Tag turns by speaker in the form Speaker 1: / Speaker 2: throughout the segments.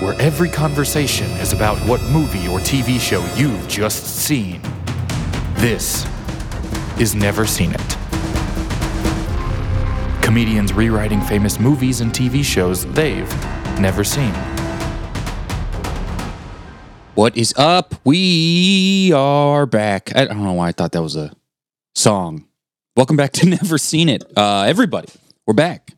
Speaker 1: where every conversation is about what movie or TV show you've just seen, this is Never Seen It. Comedians rewriting famous movies and TV shows they've never seen.
Speaker 2: What is up? We are back. I don't know why I thought that was a song. Welcome back to Never Seen It. Uh, everybody, we're back.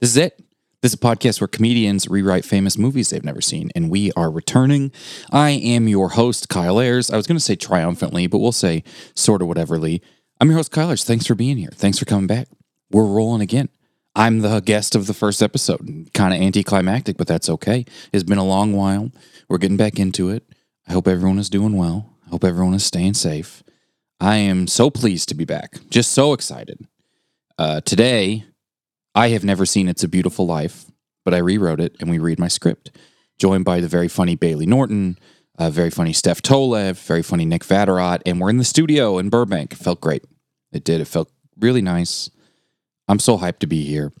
Speaker 2: This is it. This is a podcast where comedians rewrite famous movies they've never seen, and we are returning. I am your host, Kyle Ayers. I was going to say triumphantly, but we'll say sort of whateverly. I'm your host, Kyle Ayers. Thanks for being here. Thanks for coming back. We're rolling again. I'm the guest of the first episode. Kind of anticlimactic, but that's okay. It's been a long while. We're getting back into it. I hope everyone is doing well. I hope everyone is staying safe. I am so pleased to be back. Just so excited. Uh, today, I have never seen It's a Beautiful Life, but I rewrote it and we read my script. Joined by the very funny Bailey Norton, uh, very funny Steph Tolev, very funny Nick Vatterott, and we're in the studio in Burbank. It felt great. It did. It felt really nice. I'm so hyped to be here.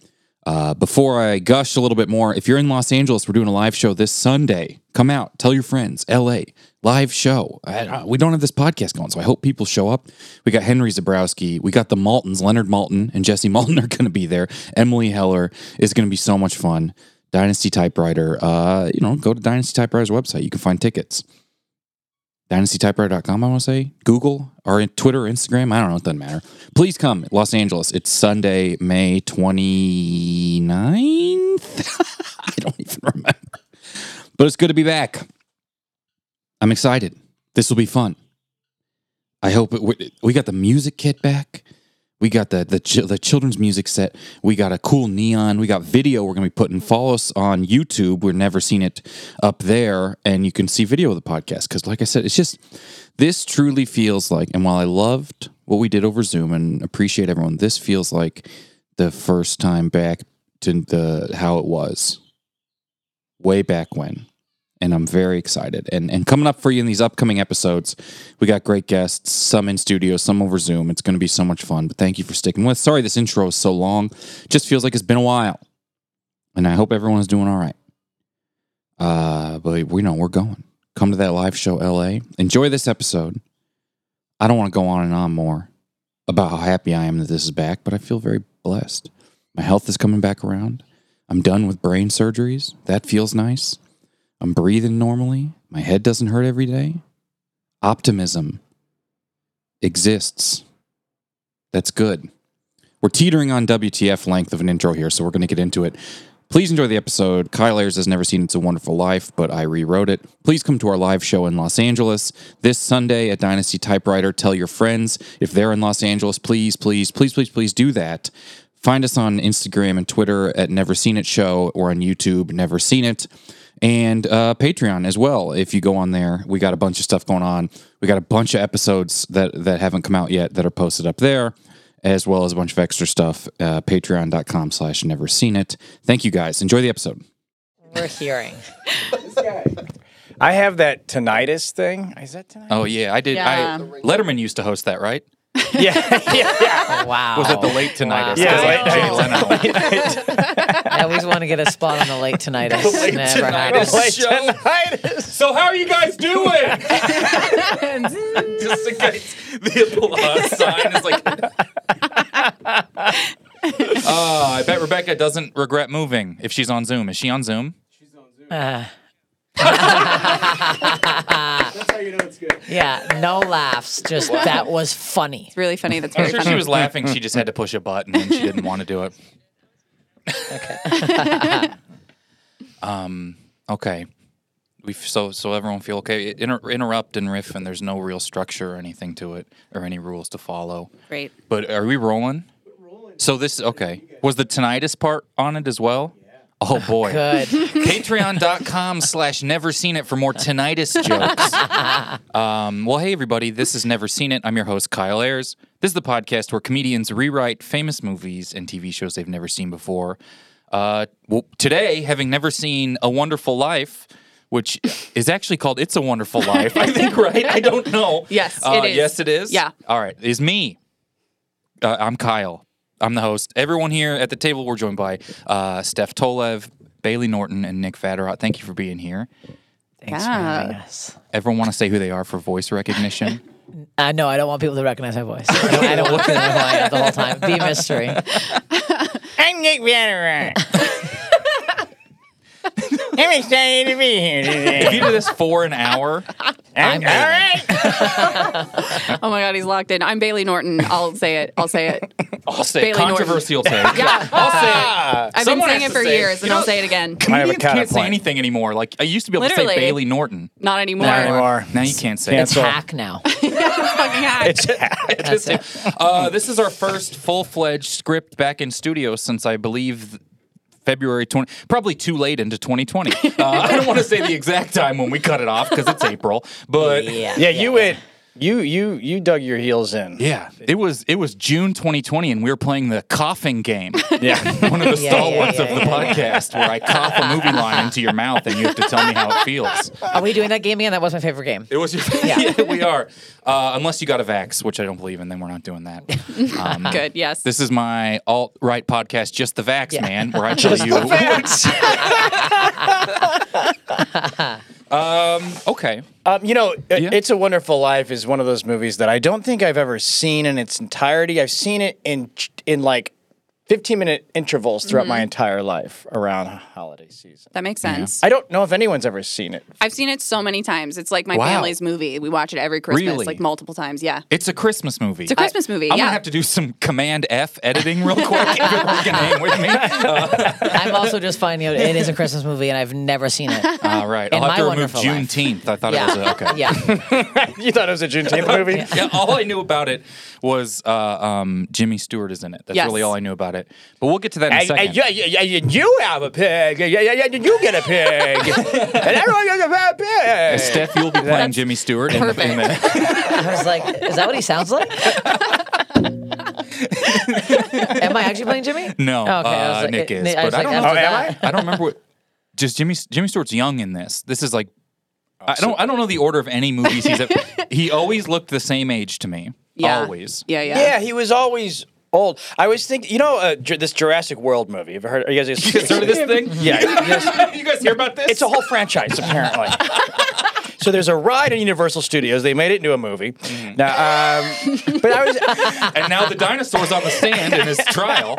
Speaker 2: Uh, before I gush a little bit more, if you're in Los Angeles, we're doing a live show this Sunday. Come out, tell your friends. LA live show. I- I- we don't have this podcast going, so I hope people show up. We got Henry Zabrowski, we got the Maltons, Leonard Malton and Jesse Malton are going to be there. Emily Heller is going to be so much fun. Dynasty Typewriter. Uh, you know, go to Dynasty Typewriter's website. You can find tickets. DynastyTypewriter.com, I want to say. Google or Twitter, Instagram. I don't know. It doesn't matter. Please come. Los Angeles. It's Sunday, May 29th. I don't even remember. But it's good to be back. I'm excited. This will be fun. I hope it, we- we got the music kit back. We got the the chil- the children's music set. We got a cool neon. We got video. We're gonna be putting. Follow us on YouTube. We've never seen it up there, and you can see video of the podcast. Because, like I said, it's just this truly feels like. And while I loved what we did over Zoom and appreciate everyone, this feels like the first time back to the how it was way back when and I'm very excited. And and coming up for you in these upcoming episodes, we got great guests, some in studio, some over Zoom. It's going to be so much fun. But thank you for sticking with. Sorry this intro is so long. Just feels like it's been a while. And I hope everyone is doing all right. Uh, but we know we're going. Come to that live show, LA. Enjoy this episode. I don't want to go on and on more about how happy I am that this is back, but I feel very blessed. My health is coming back around. I'm done with brain surgeries. That feels nice. I'm breathing normally. My head doesn't hurt every day. Optimism exists. That's good. We're teetering on WTF length of an intro here, so we're going to get into it. Please enjoy the episode. Kyle Ayers has never seen It's a Wonderful Life, but I rewrote it. Please come to our live show in Los Angeles this Sunday at Dynasty Typewriter. Tell your friends if they're in Los Angeles, please, please, please, please, please do that. Find us on Instagram and Twitter at Never Seen It Show or on YouTube, Never Seen It, and uh, Patreon as well. If you go on there, we got a bunch of stuff going on. We got a bunch of episodes that that haven't come out yet that are posted up there, as well as a bunch of extra stuff. Uh, Patreon.com slash Never Seen It. Thank you guys. Enjoy the episode.
Speaker 3: we're hearing.
Speaker 4: I have that tinnitus thing. Is that tinnitus?
Speaker 2: Oh yeah, I did.
Speaker 5: Yeah.
Speaker 2: Letterman used to host that, right?
Speaker 4: Yeah, yeah, yeah.
Speaker 3: Oh, Wow.
Speaker 2: late
Speaker 3: tinnitus?
Speaker 4: Yeah,
Speaker 3: like Jay
Speaker 2: late,
Speaker 3: I always want to get a spot on the late tinnitus. Never had it.
Speaker 4: Like tinnitus.
Speaker 2: So how are you guys doing? Just in case the applause sign is like. Oh, I bet Rebecca doesn't regret moving if she's on Zoom. Is she on Zoom?
Speaker 3: Uh, Yeah, no laughs. Just that was funny.
Speaker 6: It's really funny. That's
Speaker 2: I'm
Speaker 6: very
Speaker 2: sure
Speaker 6: funny.
Speaker 2: she was laughing. She just had to push a button and she didn't want to do it. um, okay. We f- so so everyone feel okay. Inter- interrupt and riff, and there's no real structure or anything to it or any rules to follow.
Speaker 6: Great.
Speaker 2: But are we rolling? So this okay. Was the tinnitus part on it as well? Oh boy.
Speaker 3: Good.
Speaker 2: Patreon.com slash never seen it for more tinnitus jokes. Um, well, hey, everybody. This is Never Seen It. I'm your host, Kyle Ayers. This is the podcast where comedians rewrite famous movies and TV shows they've never seen before. Uh, well, today, having never seen A Wonderful Life, which is actually called It's a Wonderful Life, I think, right? I don't know.
Speaker 6: Yes, it
Speaker 2: Uh,
Speaker 6: is.
Speaker 2: Yes, it is.
Speaker 6: Yeah.
Speaker 2: All right. Is me. Uh, I'm Kyle. I'm the host. Everyone here at the table, we're joined by uh, Steph Tolev, Bailey Norton, and Nick Vatterott. Thank you for being here.
Speaker 3: Thanks for
Speaker 6: Yeah.
Speaker 3: having us.
Speaker 2: Everyone want to say who they are for voice recognition?
Speaker 3: Uh, no, I don't want people to recognize my voice. I don't, I don't want them to line up the whole time. Be a mystery.
Speaker 4: I'm Nick Vanderant. I'm excited to be here
Speaker 2: if you
Speaker 4: today.
Speaker 2: do this for an hour,
Speaker 4: I'm, all right.
Speaker 6: Oh my God, he's locked in. I'm Bailey Norton. I'll say it. I'll say it.
Speaker 2: I'll say
Speaker 6: Bailey Norton.
Speaker 2: controversial take.
Speaker 6: Yeah.
Speaker 2: I'll say
Speaker 6: I've
Speaker 2: Someone
Speaker 6: been
Speaker 2: has
Speaker 6: saying it
Speaker 2: to
Speaker 6: for
Speaker 2: say it.
Speaker 6: years, and
Speaker 2: You
Speaker 6: I'll
Speaker 2: know-
Speaker 6: say it again.
Speaker 4: I have a
Speaker 2: comedians can't say
Speaker 4: counterpoint.
Speaker 2: anything anymore. Like I used to be able to
Speaker 6: Literally.
Speaker 2: say Bailey Norton.
Speaker 6: Not anymore.
Speaker 4: Not anymore.
Speaker 2: Now you can't say
Speaker 4: Can't
Speaker 2: it.
Speaker 3: It's
Speaker 4: So-
Speaker 3: hack now.
Speaker 6: Fucking hack.
Speaker 3: That's it.
Speaker 2: Uh, this is our first full-fledged script back in studio since I believe February 20, probably too late into 2020. Uh, I don't want to say the exact time when we cut it off because it's April, but
Speaker 3: Yeah.
Speaker 4: Yeah, you went. You you you dug your heels in.
Speaker 2: yeah, it was it was June 2020 and we were playing the coughing game.
Speaker 4: Yeah.
Speaker 2: One of the
Speaker 3: Yeah, yeah,
Speaker 2: stalwarts
Speaker 3: yeah,
Speaker 2: of the podcast where I cough a movie line into your mouth and you have to tell me how it feels.
Speaker 3: Are we doing that game again? That was my favorite game.
Speaker 2: It was your yeah. we are. Uh, unless you got a vax, which I don't believe in, then we're not doing that. Um,
Speaker 6: Good. Yes.
Speaker 2: This is my alt right podcast, Just the Vax
Speaker 3: Yeah.
Speaker 2: Man, where I tell you. um, okay.
Speaker 4: Um, you know, uh,
Speaker 2: Yeah.
Speaker 4: It's a Wonderful Life is one of those movies that I don't think I've ever seen in its entirety. I've seen it in ch- in like 15 minute intervals throughout my entire life around holiday season.
Speaker 6: that makes sense.
Speaker 4: I don't know if anyone's ever seen it.
Speaker 6: I've seen it so many times. It's like my
Speaker 2: Wow.
Speaker 6: family's movie. We watch it every Christmas,
Speaker 2: Really?
Speaker 6: like multiple times. Yeah.
Speaker 2: It's a Christmas movie. It's
Speaker 6: a Christmas movie,
Speaker 2: I'm
Speaker 6: yeah.
Speaker 2: gonna have to do some Command F editing real quick. if you're gonna hang with me. Uh,
Speaker 3: I'm also just finding out it is a Christmas movie and I've never seen it.
Speaker 2: all right. I'll
Speaker 3: In
Speaker 2: have to
Speaker 3: my
Speaker 2: remove
Speaker 3: wonderful life.
Speaker 2: Juneteenth. I thought
Speaker 3: yeah.
Speaker 2: Oh, it was a, okay.
Speaker 3: Yeah.
Speaker 4: You thought it was a Juneteenth movie?
Speaker 2: yeah, all I knew about it was uh, um, Jimmy Stewart is in it. That's
Speaker 6: Yes.
Speaker 2: really all I knew about it. But we'll get to that in a
Speaker 4: And-
Speaker 2: second.
Speaker 4: and you, you- you- you have a pig. Yeah, yeah, yeah, you get a pig. and everyone gets a
Speaker 2: Uh,
Speaker 4: pig.
Speaker 2: Steph, you'll be playing Jimmy Stewart. in the- in the-
Speaker 3: I was like, is that what he sounds like? Am I actually playing Jimmy?
Speaker 2: no,
Speaker 3: Oh, Okay. I was
Speaker 2: uh,
Speaker 3: like,
Speaker 2: Nick
Speaker 3: it-
Speaker 2: is.
Speaker 3: I was
Speaker 2: but I
Speaker 3: like,
Speaker 2: don't
Speaker 3: that's
Speaker 2: know.
Speaker 3: what
Speaker 4: am
Speaker 3: that-
Speaker 2: I don't remember what. Just Jimmy. Jimmy Stewart's young in this. This is like.
Speaker 4: Oh,
Speaker 2: I don't. I don't know the order of any movies he's. ever he always looked the same age to me.
Speaker 6: Yeah.
Speaker 2: Always.
Speaker 6: Yeah. Yeah.
Speaker 4: Yeah, he was always old. I was thinking, you know, uh, Ju- this Jurassic World movie. Have you heard? Are you guys?
Speaker 2: You guys heard of this thing?
Speaker 4: Yeah.
Speaker 2: you guys hear about this?
Speaker 4: It's a whole franchise, apparently. so there's a ride at Universal Studios. They made it into a movie. Now, um, but I was,
Speaker 2: And now the dinosaur's on the stand in his trial.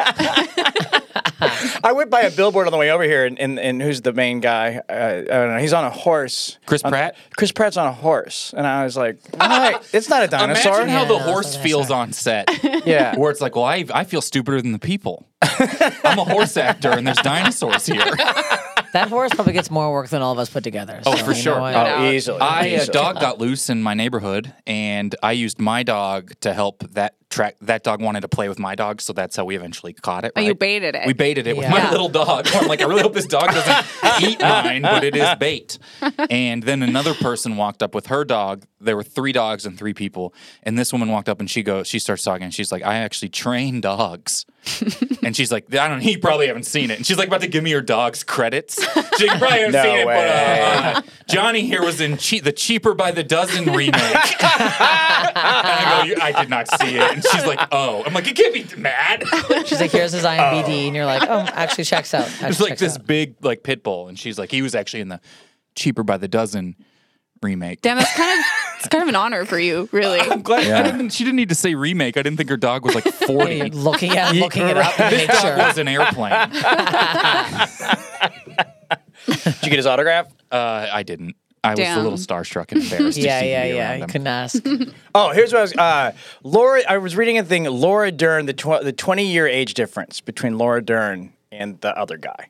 Speaker 4: I went by a billboard on the way over here, and, and, and who's the main guy? Uh, I don't know. He's on a horse.
Speaker 2: Chris
Speaker 4: On-
Speaker 2: Pratt?
Speaker 4: Chris Pratt's on a horse, and I was like, "Why? it's not a dinosaur.
Speaker 2: Imagine how the
Speaker 3: Yeah, no,
Speaker 2: horse
Speaker 3: that's what I
Speaker 2: feels
Speaker 3: said.
Speaker 2: on set.
Speaker 4: yeah.
Speaker 2: Where it's like, well, I, I feel stupider than the people. I'm a horse actor and there's dinosaurs here.
Speaker 3: That horse probably gets more work than all of us put together.
Speaker 2: Oh, for
Speaker 3: so you know
Speaker 2: sure.
Speaker 3: what?
Speaker 6: Oh,
Speaker 4: Oh, easily.
Speaker 2: I, a
Speaker 4: easily.
Speaker 2: dog got loose in my neighborhood and I used my dog to help that track. That dog wanted to play with my dog, so that's how we eventually caught it.
Speaker 6: Oh, you
Speaker 2: right?
Speaker 6: baited it.
Speaker 2: We baited it with
Speaker 3: Yeah.
Speaker 2: my
Speaker 3: Yeah.
Speaker 2: little dog. I'm like, I really hope this dog doesn't eat mine, but it is bait. And then another person walked up with her dog. There were three dogs and three people. And this woman walked up and she goes, she starts talking. And she's like, I actually train dogs. and she's like, I don't. He probably haven't seen it. And she's like about to give me her dog's credits. She probably haven't
Speaker 4: No
Speaker 2: seen it. But uh,
Speaker 4: way.
Speaker 2: uh, Johnny here was in che- the cheaper by the dozen remake. and I go, "You- I did not see it. And she's like, Oh, I'm like, you can't be mad.
Speaker 3: She's like, here's his IMBD, and you're like, oh, actually checks out. Actually
Speaker 2: There's like
Speaker 3: checks
Speaker 2: this
Speaker 3: out.
Speaker 2: big like pit bull, and she's like, he was actually in the cheaper by the dozen remake.
Speaker 6: Damn, that's kind of it's kind of an honor for you, really.
Speaker 2: I'm glad I didn't, she didn't need to say remake. I didn't think her dog was like 40.
Speaker 3: You're looking at looking it up. to
Speaker 2: this
Speaker 3: Make
Speaker 2: dog
Speaker 3: sure.
Speaker 2: was an airplane. Uh,
Speaker 4: Did you get his autograph?
Speaker 2: Uh, I didn't. I was a
Speaker 6: down.
Speaker 2: little starstruck and embarrassed.
Speaker 3: Yeah,
Speaker 2: to see
Speaker 3: yeah,
Speaker 2: you
Speaker 3: yeah.
Speaker 2: around
Speaker 3: You
Speaker 2: them.
Speaker 3: couldn't ask.
Speaker 4: Oh, here's what I was. Uh, Laura, I was reading a thing. Laura Dern, the tw- the 20 year age difference between Laura Dern and the other guy,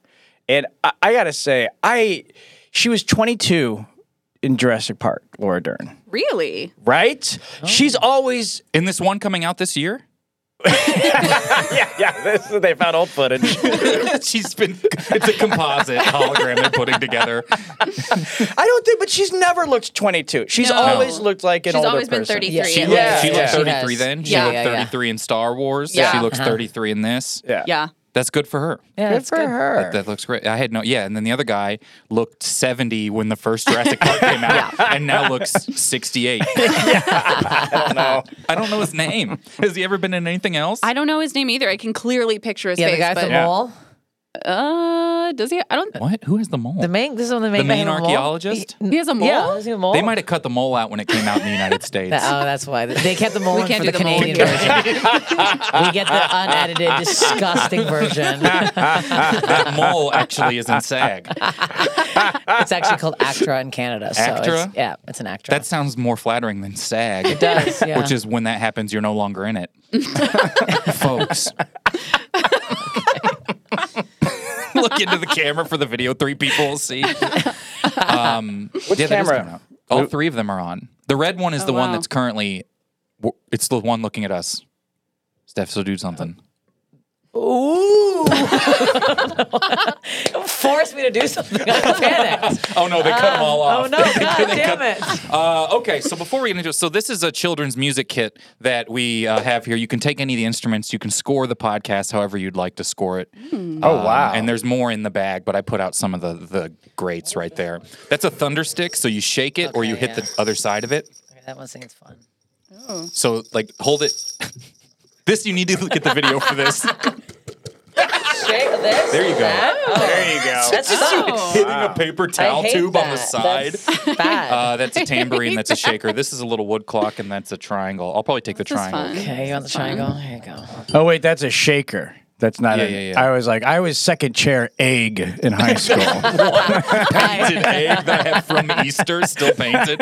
Speaker 4: and I, I gotta say, I she was 22 in Jurassic Park. Laura Dern,
Speaker 6: Really?
Speaker 4: right? She's always
Speaker 2: In this one coming out this year,
Speaker 4: yeah. This, they found old footage.
Speaker 2: she's been. It's a composite hologram they're putting together.
Speaker 4: I don't think, but she's never looked 22. She's
Speaker 6: No.
Speaker 4: always looked like an
Speaker 6: She's
Speaker 4: older
Speaker 6: always been
Speaker 4: person.
Speaker 6: 33.
Speaker 3: Yeah,
Speaker 6: at
Speaker 3: she-
Speaker 6: least.
Speaker 4: yeah,
Speaker 2: she
Speaker 4: yeah.
Speaker 2: looked
Speaker 3: She
Speaker 2: 33
Speaker 3: does.
Speaker 2: then. She
Speaker 3: Yeah,
Speaker 2: looked
Speaker 3: yeah, yeah.
Speaker 2: 33 in Star Wars.
Speaker 6: Yeah.
Speaker 2: She looks 33 in this.
Speaker 4: Yeah.
Speaker 6: Yeah.
Speaker 2: That's good for her.
Speaker 3: Yeah,
Speaker 4: Good
Speaker 3: it's
Speaker 4: for
Speaker 2: That,
Speaker 4: her.
Speaker 2: that looks great. I had no, yeah. And then the other guy looked 70 when the first Jurassic Park came out and now looks 68.
Speaker 4: I don't know.
Speaker 2: I don't know his name. Has he ever been in anything else?
Speaker 6: I don't know his name either. I can clearly picture his
Speaker 3: Yeah,
Speaker 6: face.
Speaker 3: the guy
Speaker 6: but,
Speaker 3: from
Speaker 4: Yeah.
Speaker 3: Mall.
Speaker 6: uh, does he? I don't.
Speaker 2: what? Who has the mole?
Speaker 3: The main. This is on the main.
Speaker 2: The
Speaker 3: guy
Speaker 2: main
Speaker 3: from Mall?
Speaker 2: archaeologist?
Speaker 6: He has a mole.
Speaker 3: Yeah, is he a mole?
Speaker 2: They might have cut the mole out when it came out in the United States.
Speaker 3: Th- Oh, that's why they kept the mole
Speaker 6: We
Speaker 3: in
Speaker 6: can't
Speaker 3: for the,
Speaker 6: do the mole.
Speaker 3: Canadian version. we get the unedited, disgusting version.
Speaker 2: that mole actually is in SAG.
Speaker 3: It's actually called Actra in Canada. So It's,
Speaker 2: Actra?
Speaker 3: yeah, it's an Actra.
Speaker 2: That sounds more flattering than SAG. It
Speaker 3: does, yeah.
Speaker 2: Which is when that happens, you're no longer in it. Folks. Look into the camera for the video. Three people will see. Um, yeah, that is
Speaker 4: camera?
Speaker 2: coming out. All three of them are on. The red one is
Speaker 3: Oh,
Speaker 2: the one
Speaker 6: wow.
Speaker 2: that's currently, w- it's the one looking at us. Steph, so do something.
Speaker 3: forced me to do something. I panicked.
Speaker 2: Oh no, they cut them all off.
Speaker 3: Oh no! God damn it!
Speaker 2: Uh, okay, so before we get into it, so this is a children's music kit that we uh, have here. You can take any of the instruments, you can score the podcast however you'd like to score it.
Speaker 3: Hmm.
Speaker 4: Oh wow.
Speaker 2: And there's more in the bag, but I put out some of the the greats right there. That's a thunder stick, so you shake it or you
Speaker 3: Okay,
Speaker 2: hit the other side of it.
Speaker 3: Okay, that one thing is fun.
Speaker 2: So like hold it. this you need to get the video for this.
Speaker 3: Shake this.
Speaker 2: There you go.
Speaker 3: That? Oh,
Speaker 4: there you go.
Speaker 3: that's fun.
Speaker 2: Hitting a paper towel
Speaker 3: Oh. hate
Speaker 2: tube on the
Speaker 3: that.
Speaker 2: side.
Speaker 3: That's bad.
Speaker 2: Uh, that's a tambourine. That's a shaker. This is a little wood clock, and that's a triangle. I'll probably take the
Speaker 6: This is
Speaker 2: triangle.
Speaker 6: fun.
Speaker 3: okay, you want the triangle? Here you go.
Speaker 4: Oh wait, that's a shaker. That's not.
Speaker 2: Yeah,
Speaker 4: a,
Speaker 2: yeah, yeah.
Speaker 4: I was like, I was second chair egg in high school.
Speaker 2: painted egg that I have from Easter, still painted.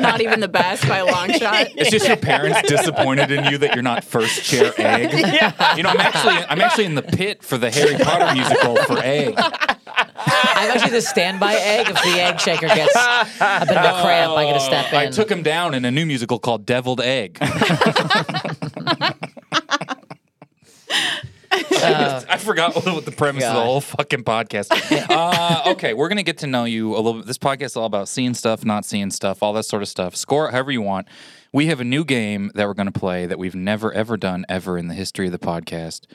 Speaker 6: Not even the best by a long shot.
Speaker 2: It's just your parents disappointed in you that you're not first chair egg. Yeah. You know, I'm actually I'm actually in the pit for the Harry Potter musical for egg.
Speaker 3: I'm actually the standby egg. If the egg shaker gets a bit of a cramp, I gotta step
Speaker 6: Oh,
Speaker 3: in.
Speaker 2: I took him down in a new musical called Deviled Egg. I forgot what the premise of the
Speaker 3: God.
Speaker 2: whole fucking podcast. Uh, okay, we're gonna get to know you a little. bit. This podcast is all about seeing stuff, not seeing stuff, all that sort of stuff. Score it however you want. We have a new game that we're gonna play that we've never ever done ever in the history of the podcast.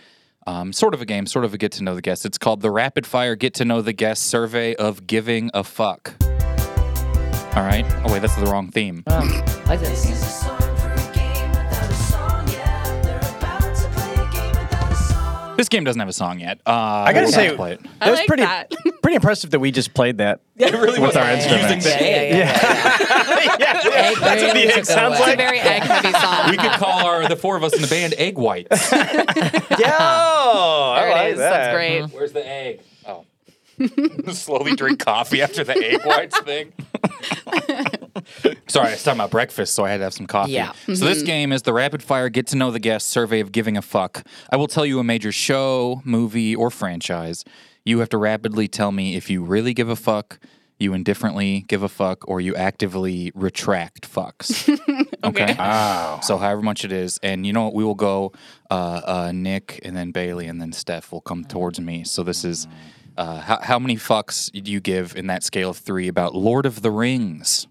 Speaker 2: Um, sort of a game, sort of a get to know the guest. It's called the Rapid Fire Get to Know the Guest Survey of Giving a Fuck. All right. Oh wait, that's the wrong theme.
Speaker 3: I like this.
Speaker 2: This game doesn't have a song yet. Uh,
Speaker 4: I gotta
Speaker 2: we'll
Speaker 4: say,
Speaker 2: have to play it.
Speaker 6: I
Speaker 4: that was
Speaker 6: like
Speaker 4: pretty
Speaker 6: that.
Speaker 4: pretty impressive that we just played that.
Speaker 2: It really was
Speaker 4: our
Speaker 2: our
Speaker 4: instruments.
Speaker 3: Yeah, yeah, yeah.
Speaker 4: yeah, that's what
Speaker 3: really
Speaker 4: the
Speaker 3: took
Speaker 4: egg
Speaker 3: it away.
Speaker 4: sounds
Speaker 6: It's a
Speaker 4: like.
Speaker 6: very egg heavy song.
Speaker 2: We could call our the four of us in the band egg whites.
Speaker 4: Yo, Oh, I
Speaker 6: There
Speaker 4: like
Speaker 6: it is.
Speaker 4: that.
Speaker 6: That's great.
Speaker 2: Where's the egg? Oh. Slowly drink coffee after the egg whites thing. Sorry, I was talking about breakfast, so I had to have some coffee.
Speaker 3: Yeah.
Speaker 2: So this game is the rapid fire get to know the guest survey of giving a fuck. I will tell you a major show, movie, or franchise. You have to rapidly tell me if you really give a fuck, you indifferently give a fuck, or you actively retract fucks. okay. So however much it is, and you know what, we will go uh, uh, Nick and then Bailey and then Steph will come towards me. So this is uh, how, how many fucks do you give in that scale of three about Lord of the Rings?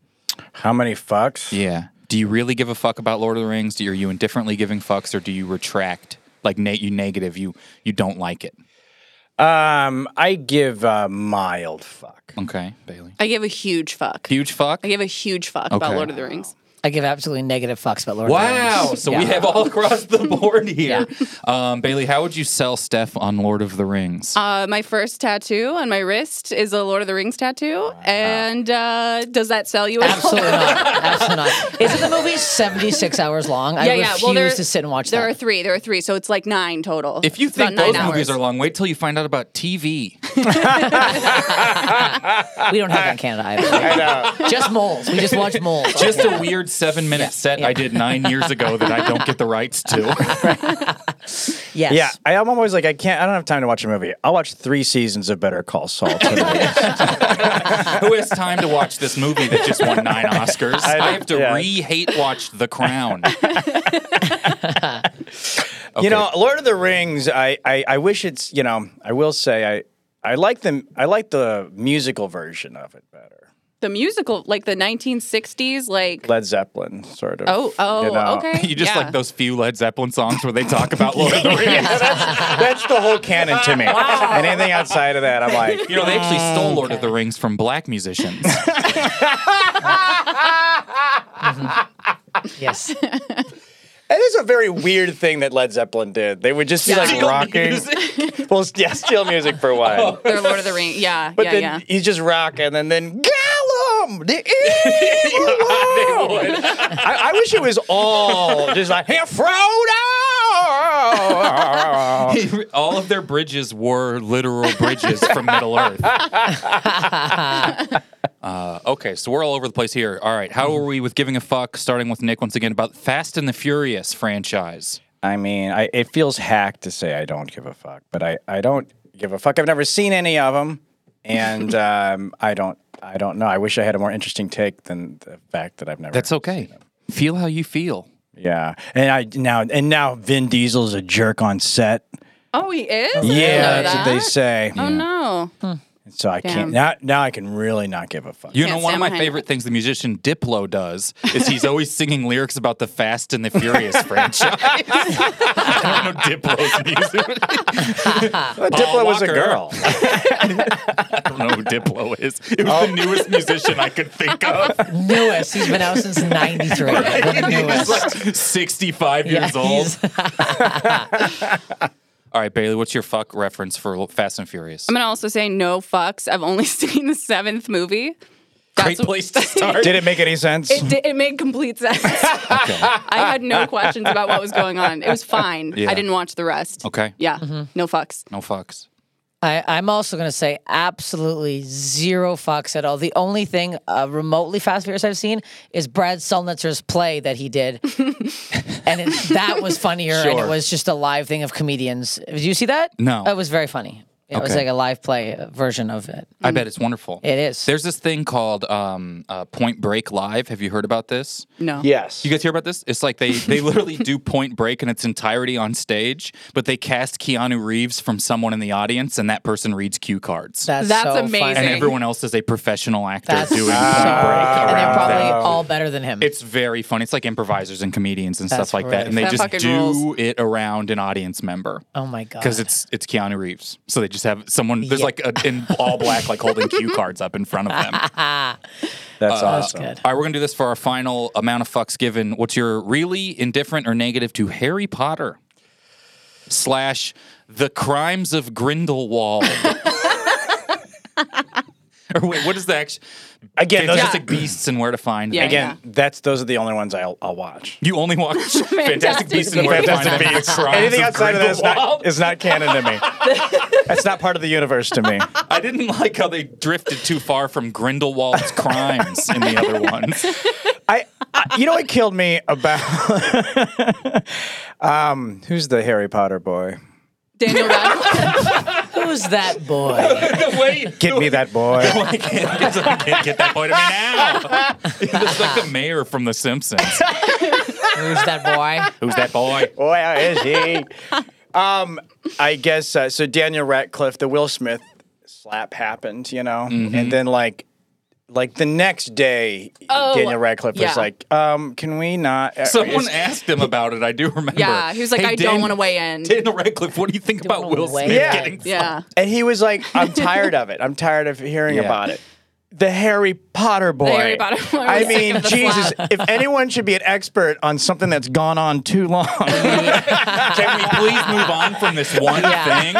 Speaker 4: How many fucks?
Speaker 2: Yeah. Do you really give a fuck about Lord of the Rings? Do you, are you indifferently giving fucks, or do you retract? Like Nate, you negative, you you don't like it.
Speaker 4: Um, I give a mild fuck.
Speaker 2: Okay, Bailey.
Speaker 6: I give a huge fuck.
Speaker 2: Huge fuck.
Speaker 6: I give a huge fuck about
Speaker 2: Okay.
Speaker 6: Lord of the Rings.
Speaker 3: I give absolutely negative fucks about Lord. of the
Speaker 2: Wow.
Speaker 3: Rings.
Speaker 2: So
Speaker 3: Yeah.
Speaker 2: we have all across the board here. Um, Bailey, how would you sell Steph on Lord of the Rings?
Speaker 6: Uh, my first tattoo on my wrist is a Lord of the Rings tattoo. And uh, does that sell you at all?
Speaker 3: Absolutely not. Absolutely not. Isn't the movie 76 hours long? I
Speaker 6: Yeah, yeah.
Speaker 3: refuse
Speaker 6: Well, there-
Speaker 3: to sit and watch
Speaker 6: There
Speaker 3: that.
Speaker 6: are three. There are three. So it's like nine total.
Speaker 2: if you
Speaker 6: It's about
Speaker 2: think those
Speaker 6: nine
Speaker 2: movies
Speaker 6: hours.
Speaker 2: are long, wait till you find out about TV.
Speaker 3: We don't have that in Canada either.
Speaker 4: I know.
Speaker 3: Just moles. We just watch moles.
Speaker 2: Just a weird seven minute
Speaker 3: Yeah,
Speaker 2: set
Speaker 3: yeah.
Speaker 2: I did nine years ago that I don't get the rights to.
Speaker 3: yes.
Speaker 4: Yeah, I, am always like, I can't. I don't have time to watch a movie. I'll watch three seasons of Better Call Saul. Tonight.
Speaker 2: Who has time to watch this movie that just won nine Oscars? I,
Speaker 4: know,
Speaker 2: have to
Speaker 4: yeah.
Speaker 2: re hate watch The Crown.
Speaker 4: You know, Lord of the Rings. I, I I wish it's. You know, I will say I I like the I like the musical version of it better.
Speaker 6: The musical, like the 1960s, like
Speaker 4: Led Zeppelin, sort of.
Speaker 6: oh oh
Speaker 4: you know.
Speaker 6: okay.
Speaker 2: You just
Speaker 6: yeah.
Speaker 2: like those few Led Zeppelin songs where they talk about Lord of the Rings.
Speaker 4: That's the whole canon to me. And anything outside of that, I'm like,
Speaker 2: You know, they actually stole Lord of the Rings from black musicians.
Speaker 3: Yes.
Speaker 4: That is a very weird thing that Led Zeppelin did. They would just be like rocking. Well, yeah, steal music for a while.
Speaker 6: They're Lord of the Rings. Yeah,
Speaker 4: But
Speaker 6: Oh. yeah,
Speaker 4: then
Speaker 6: yeah.
Speaker 4: he's just rocking, and then Gollum, the evil one. I, I wish it was all just like, hey, Frodo.
Speaker 2: All of their bridges were literal bridges from Middle Earth. Uh, okay, so we're all over the place here. All right, how are we with giving a fuck? Starting with Nick once again about Fast and the Furious franchise.
Speaker 4: I mean, I, it feels hack to say I don't give a fuck, but I, I don't give a fuck. I've never seen any of them, and um, I don't I don't know. I wish I had a more interesting take than the fact that I've never.
Speaker 2: That's okay. Feel how you feel.
Speaker 4: Yeah, and I now and now Vin Diesel's a jerk on set.
Speaker 6: Oh, he is. I didn't
Speaker 4: Yeah,
Speaker 6: know
Speaker 4: that's what they
Speaker 6: that.
Speaker 4: say.
Speaker 6: Oh no.
Speaker 4: So I can't now. Now I can really not give a fuck.
Speaker 2: You know,
Speaker 6: Can't
Speaker 2: one of
Speaker 6: stand
Speaker 2: my
Speaker 6: behind
Speaker 2: favorite things the musician Diplo does is he's always singing lyrics about the Fast and the Furious franchise. I don't know Diplo's music.
Speaker 4: But Diplo was a
Speaker 2: Walker.
Speaker 4: girl.
Speaker 2: I don't know who Diplo is. It was
Speaker 4: Oh.
Speaker 2: the newest musician I could think of.
Speaker 3: newest. He's been out since '93. The
Speaker 2: He's
Speaker 3: newest.
Speaker 2: like 65 years old.
Speaker 3: he's-
Speaker 2: All right, Bailey, what's your fuck reference for Fast and Furious?
Speaker 6: I'm gonna also say no fucks. I've only seen the seventh movie.
Speaker 2: Great place to start.
Speaker 4: Did it make any sense?
Speaker 6: It, did, it made complete sense. I had no questions about what was going on. It was fine.
Speaker 2: Yeah.
Speaker 6: I didn't watch the rest.
Speaker 2: Okay.
Speaker 6: Yeah. No fucks.
Speaker 2: No fucks.
Speaker 3: I, I'm also going to say absolutely zero fucks at all. The only thing uh, remotely Fast and Furious I've seen is Brad Selnitzer's play that he did. and it, that was funnier. And
Speaker 2: Sure.
Speaker 3: it was just a live thing of comedians. Did you see that?
Speaker 2: No.
Speaker 3: It was very funny. It was
Speaker 2: Okay.
Speaker 3: like a live play uh, version of it.
Speaker 2: I bet it's wonderful.
Speaker 3: It is.
Speaker 2: There's this thing called um, uh, Point Break Live. Have you heard about this?
Speaker 6: No.
Speaker 4: yes.
Speaker 2: You guys hear about this? It's like they they literally do Point Break in its entirety on stage, but they cast Keanu Reeves from someone in the audience, and that person reads cue cards.
Speaker 3: That's,
Speaker 6: That's
Speaker 3: so funny.
Speaker 6: amazing.
Speaker 2: and everyone else is a professional actor
Speaker 3: That's
Speaker 2: doing
Speaker 3: so
Speaker 2: Point Break.
Speaker 3: funny. And they're
Speaker 2: around
Speaker 3: probably
Speaker 2: them.
Speaker 3: all better than him.
Speaker 2: It's very funny. It's like improvisers and comedians and
Speaker 3: That's
Speaker 2: stuff like that, and they
Speaker 6: really
Speaker 2: just
Speaker 6: funny. That
Speaker 2: do
Speaker 6: fucking
Speaker 2: it around an audience member.
Speaker 3: oh my God.
Speaker 2: Because it's it's Keanu Reeves, so they just have someone. There's
Speaker 3: Yeah.
Speaker 2: like a, in all black, like holding cue cards up in front of them. All
Speaker 4: That's
Speaker 6: Uh,
Speaker 4: awesome.
Speaker 3: good.
Speaker 2: right, we're gonna do this for our final amount of fucks given. What's your really indifferent or negative to Harry Potter slash the crimes of Grindelwald? or wait, what is the actual
Speaker 4: Again, those
Speaker 2: Fantastic
Speaker 4: are,
Speaker 2: Beasts and where to find?
Speaker 6: Yeah,
Speaker 2: them.
Speaker 6: yeah.
Speaker 4: again, that's those are the only ones I'll, I'll watch.
Speaker 2: You only watch Fantastic Beasts and Where to Find Them. The Crimes
Speaker 4: Anything
Speaker 2: of
Speaker 4: outside of that is
Speaker 2: Grindelwald.
Speaker 4: not, is not canon to me. That's not part of the universe to me.
Speaker 2: I didn't like how they drifted too far from Grindelwald's crimes in the other ones.
Speaker 4: I, I you know what killed me about um who's the Harry Potter boy?
Speaker 6: Daniel Radcliffe.
Speaker 3: Who's that boy?
Speaker 2: The way
Speaker 4: Get me that boy.
Speaker 2: I can't, it's like, I can't get that point of me now. It's like the mayor from The Simpsons.
Speaker 3: Who's that boy?
Speaker 2: Who's that boy?
Speaker 4: Boy, how is he? um, I guess uh, so. Daniel Radcliffe, the Will Smith slap happened, you know, and then like, like the next day,
Speaker 6: Oh,
Speaker 4: Daniel Radcliffe
Speaker 6: yeah.
Speaker 4: was like, um, "Can we not?" uh,
Speaker 2: Someone
Speaker 4: is-
Speaker 2: asked him about it. I do remember.
Speaker 6: Yeah. He was like,
Speaker 2: Hey,
Speaker 6: I
Speaker 2: Dan-
Speaker 6: don't want to weigh in.
Speaker 2: Daniel Radcliffe, what do you think about
Speaker 3: wanna
Speaker 2: Will
Speaker 3: weigh
Speaker 2: Smith
Speaker 4: in.
Speaker 2: getting
Speaker 6: yeah.
Speaker 4: and he was like, "I'm tired of it. I'm tired of hearing
Speaker 2: Yeah.
Speaker 4: about it." The Harry Potter boy.
Speaker 6: Harry Potter boy
Speaker 4: I
Speaker 6: was sick
Speaker 4: mean,
Speaker 6: of the
Speaker 4: Jesus!
Speaker 6: slap.
Speaker 4: If anyone should be an expert on something that's gone on too long,
Speaker 2: Can we please move on from this one thing?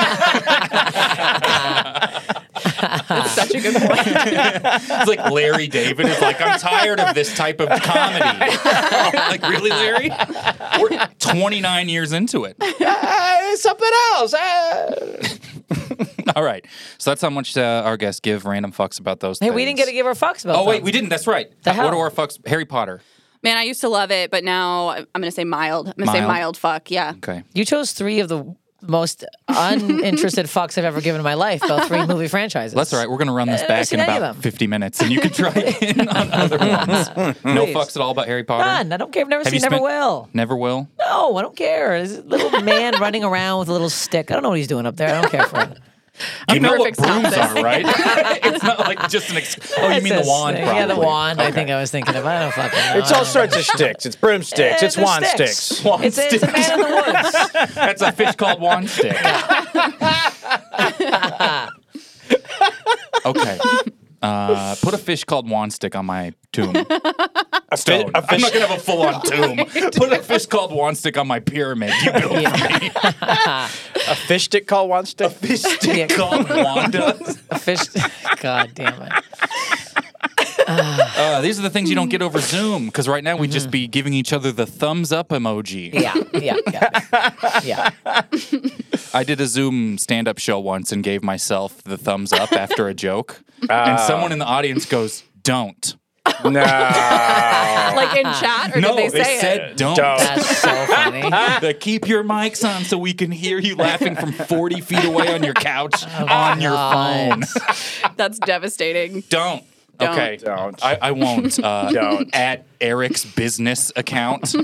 Speaker 6: That's such a good point.
Speaker 2: It's like Larry David is like, I'm tired of this type of comedy. like, really, Larry? We're 29 years into it.
Speaker 4: uh, it's something else. uh."
Speaker 2: All right. So that's how much uh, our guests give random fucks about those
Speaker 3: Hey,
Speaker 2: things.
Speaker 3: we didn't get to give our fucks about
Speaker 2: Oh, wait,
Speaker 3: them.
Speaker 2: we didn't. That's right.
Speaker 3: The
Speaker 2: What
Speaker 3: hell?
Speaker 2: are our fucks? Harry Potter.
Speaker 6: Man, I used to love it, but now I'm going to say mild. I'm going to say
Speaker 2: Mild?
Speaker 6: mild fuck. Yeah.
Speaker 2: Okay.
Speaker 3: You chose three of the most uninterested fucks I've ever given in my life about three movie franchises.
Speaker 2: That's all right. We're going to run this
Speaker 3: I've
Speaker 2: back
Speaker 3: never
Speaker 2: in
Speaker 3: seen any of
Speaker 2: about
Speaker 3: them.
Speaker 2: 50 minutes, and you can try in on other ones. No
Speaker 3: Please.
Speaker 2: fucks at all about Harry Potter.
Speaker 3: None. I don't care. I've never
Speaker 2: Have you
Speaker 3: seen Never
Speaker 2: spent-
Speaker 3: Will.
Speaker 2: Never will.
Speaker 3: No, I don't care. There's a little man running around with a little stick. I don't know what he's doing up there. I don't care for it.
Speaker 2: you know what
Speaker 6: perfect stop
Speaker 2: brooms
Speaker 6: this.
Speaker 2: are, right? it's not like just an. Ex- oh, you
Speaker 3: It's
Speaker 2: mean the
Speaker 3: a
Speaker 2: wand?
Speaker 3: stick. Yeah, the
Speaker 2: probably.
Speaker 3: wand. I think I was thinking of. I don't fucking know.
Speaker 4: It's all sorts of sticks. It's broomsticks.
Speaker 3: Yeah,
Speaker 4: it's
Speaker 6: Uh,
Speaker 3: they're
Speaker 4: wand
Speaker 3: sticks.
Speaker 4: sticks.
Speaker 2: Wand
Speaker 3: It's a, it's a
Speaker 2: stick.
Speaker 3: man in the woods.
Speaker 2: That's a fish called wand stick. okay. Uh, put a fish called wand stick on my tomb.
Speaker 4: A, fi-
Speaker 2: Stone.
Speaker 4: a
Speaker 2: I'm
Speaker 4: fish.
Speaker 2: not gonna have a full on tomb. Put a fish called wand stick on my pyramid. You built me.
Speaker 4: a fish stick called wand stick.
Speaker 2: Fish stick
Speaker 3: Yeah.
Speaker 2: called Wanda.
Speaker 3: A fish. God damn it.
Speaker 2: Uh, these are the things you don't get over Zoom because right now we'd
Speaker 6: Mm-hmm.
Speaker 2: just be giving each other the thumbs up emoji.
Speaker 3: Yeah, yeah, yeah. yeah.
Speaker 2: I did a Zoom stand up show once and gave myself the thumbs up after a joke. And someone in the audience goes, Don't.
Speaker 4: No.
Speaker 6: Like in chat, or
Speaker 2: no,
Speaker 6: did they say it? Ah.
Speaker 2: said don't.
Speaker 4: Don't.
Speaker 3: That's so funny.
Speaker 2: They keep your mics on so we can hear you laughing from 40 feet away on your couch
Speaker 6: Ah.
Speaker 2: on your
Speaker 3: Oh,
Speaker 2: phone.
Speaker 6: That's devastating.
Speaker 2: Don't.
Speaker 6: Don't.
Speaker 2: Okay.
Speaker 4: Don't.
Speaker 2: I, I won't. Uh,
Speaker 4: Don't.
Speaker 2: At Eric's business account.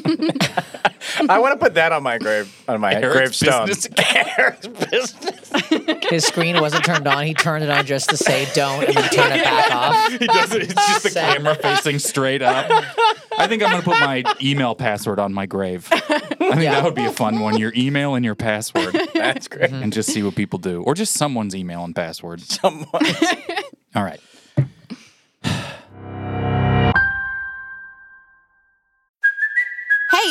Speaker 4: I want to put that on my grave on my
Speaker 2: Eric's
Speaker 4: gravestone.
Speaker 2: business account.
Speaker 3: His screen wasn't turned on. He turned it on just to say don't and then turn it back off.
Speaker 2: he does it. It's just the
Speaker 3: Sad.
Speaker 2: camera facing straight up. I think I'm going to put my email password on my grave. I think that would be a fun one. Your email and your password.
Speaker 4: That's great.
Speaker 2: and just see what people do, or just someone's email and password. Someone. All right.
Speaker 7: Hey,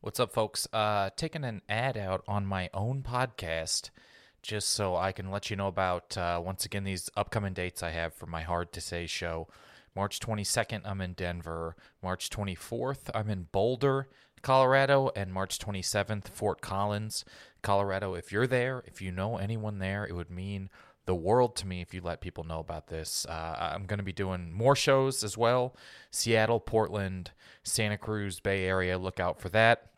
Speaker 1: What's up, folks? Uh, taking an ad out on my own podcast just so I can let you know about, uh, once again, these upcoming dates I have for my Hard to Say show. March 22nd, I'm in Denver. March 24th, I'm in Boulder, Colorado. And March 27th, Fort Collins, Colorado. If you're there, if you know anyone there, it would mean the world to me if you let people know about this. Uh, I'm going to be doing more shows as well Seattle, Portland, Santa Cruz, Bay Area. Look out for that.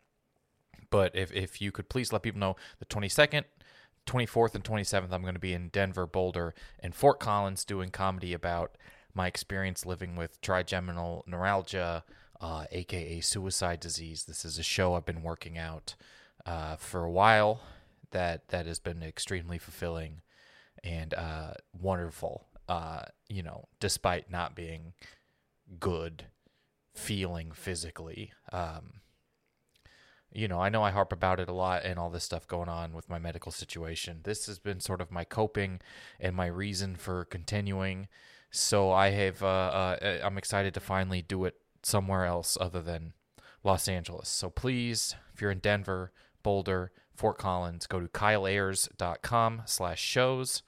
Speaker 1: But if, if you could please let people know the 22nd, 24th, and 27th, I'm going to be in Denver, Boulder, and Fort Collins doing comedy about my experience living with trigeminal neuralgia, uh, aka suicide disease. This is a show I've been working out uh, for a while that, that has been extremely fulfilling and uh, wonderful, uh, you know, despite not being good feeling physically. Um, you know, I know I harp about it a lot and all this stuff going on with my medical situation. This has been sort of my coping and my reason for continuing. So I have, uh, uh, I'm excited to finally do it somewhere else other than Los Angeles. So please, if you're in Denver, Boulder, Fort Collins, go to kyleayers.com slash shows.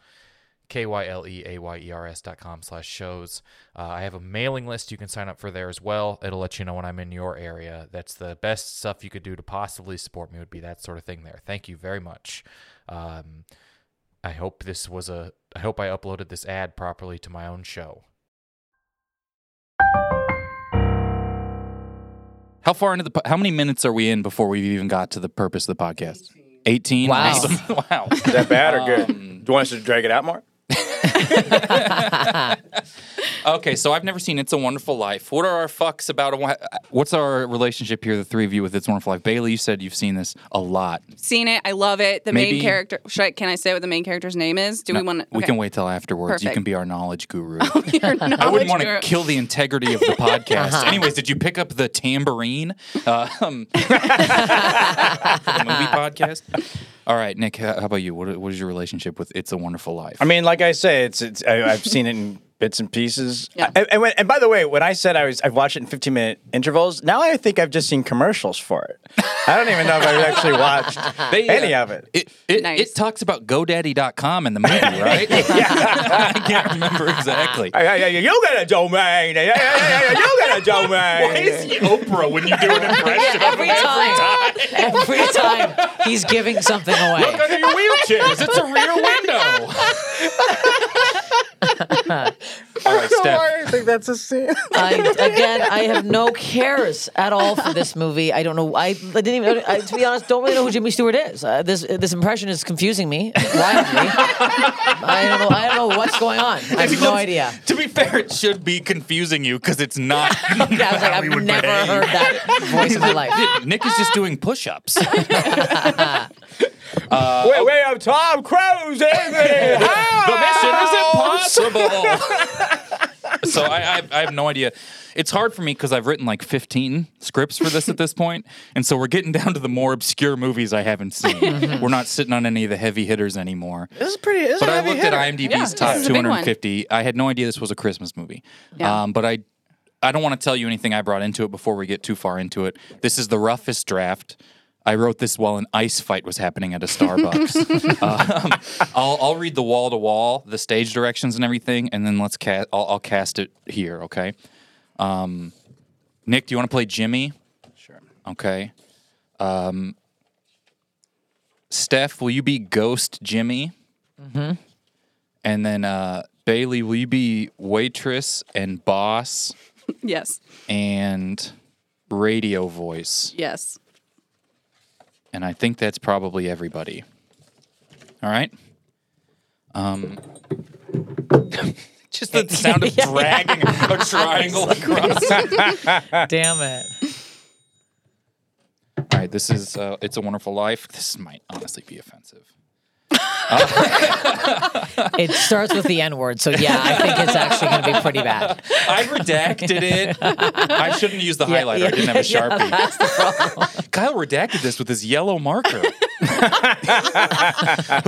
Speaker 1: K Y L E A Y E R S dot com slash shows. Uh, I have a mailing list you can sign up for there as well. It'll let you know when I'm in your area. That's the best stuff you could do to possibly support me, would be that sort of thing there. Thank you very much. Um, I hope this was a, I hope I uploaded this ad properly to my own show.
Speaker 2: How far into the? po- How many minutes are we in before we even got to the purpose of the podcast? Eighteen.
Speaker 3: Wow.
Speaker 2: Awesome. wow.
Speaker 4: Um, Is that bad or good? Do you want us to drag it out more?
Speaker 2: Okay, so I've never seen It's a Wonderful Life. What are our fucks about? A, wo- what's our relationship here, the three of you, with It's a Wonderful Life? Bailey, you said you've seen this a lot.
Speaker 6: Seen it. I love it. The
Speaker 2: Maybe-
Speaker 6: main character. Should I, can I say what the main character's name is? Do
Speaker 2: No,
Speaker 6: we want to?
Speaker 2: We can wait till afterwards. You
Speaker 6: Perfect.
Speaker 2: can be our knowledge guru.
Speaker 6: I
Speaker 2: I wouldn't want to kill the integrity of the podcast.
Speaker 6: Uh-huh.
Speaker 2: Anyways, did you pick up the tambourine uh, um, for the movie podcast? All right, Nick, h- how about you? What, what is your relationship with It's a Wonderful Life?
Speaker 4: I mean, like I say, it's, it's I, I've seen it in bits and pieces.
Speaker 6: Yeah.
Speaker 4: And, and, when, and by the way, when I said I was I've watched it in 15 minute intervals, now I think I've just seen commercials for it. I don't even know if I've actually watched
Speaker 2: They, uh,
Speaker 4: any of it.
Speaker 2: It, it,
Speaker 6: Nice.
Speaker 2: it talks about GoDaddy.com in the movie, right? I can't remember exactly.
Speaker 4: Hey, hey, hey, you got a domain. Hey, hey, hey, hey, you got a domain.
Speaker 2: Why is he Oprah when you do an impression?
Speaker 3: Every time, every time he's giving something away.
Speaker 2: under your wheelchairs. It's a rear window. All right, Steph.
Speaker 4: I think that's a sin.
Speaker 3: I, again, I have no cares at all for this movie. I don't know. I, I didn't even. I, to be honest, don't really know who Jimmy Stewart is. Uh, this this impression is confusing me wildly. I don't know. I don't know what's going on. I have no idea.
Speaker 2: To be fair, it should be confusing you because it's not.
Speaker 3: Yeah, I was like, I've never heard that voice in my life.
Speaker 2: Nick is just doing push-ups.
Speaker 4: Wait, wait, I'm Tom Cruise, isn't it?
Speaker 2: the mission is impossible. so I, I, I have no idea. It's hard for me because I've written like 15 scripts for this at this point, and so we're getting down to the more obscure movies I haven't seen. we're not sitting on any of the heavy hitters anymore.
Speaker 4: This is pretty. This is
Speaker 2: But
Speaker 4: a
Speaker 2: I
Speaker 4: heavy
Speaker 2: looked
Speaker 4: hitter.
Speaker 2: at IMDb's
Speaker 6: Yeah, this
Speaker 2: top
Speaker 6: is a big one.
Speaker 2: 250. I had no idea this was a Christmas movie.
Speaker 6: Yeah.
Speaker 2: Um, but I, I don't want to tell you anything I brought into it before we get too far into it. This is the roughest draft. I wrote this while an ice fight was happening at a Starbucks. um, I'll, I'll read the wall to wall, the stage directions and everything, and then let's cast. I'll, I'll cast it here. Okay. Um, Nick, do you want to play Jimmy? Sure. Okay. Um, Steph, will you be Ghost Jimmy? And then uh, Bailey, will you be waitress and boss
Speaker 6: Yes.
Speaker 2: and radio voice?
Speaker 6: Yes.
Speaker 2: And I think that's probably everybody. All right. Um, just the sound of dragging a triangle across.
Speaker 3: Damn it.
Speaker 2: All right, this is uh, "It's a Wonderful Life." This might honestly be offensive.
Speaker 3: It starts with the N word, so yeah, I think it's actually going to be pretty bad.
Speaker 2: I redacted it. I shouldn't use the highlighter. I
Speaker 3: yeah,
Speaker 2: didn't have a sharpie. Kyle redacted this with his yellow marker. Who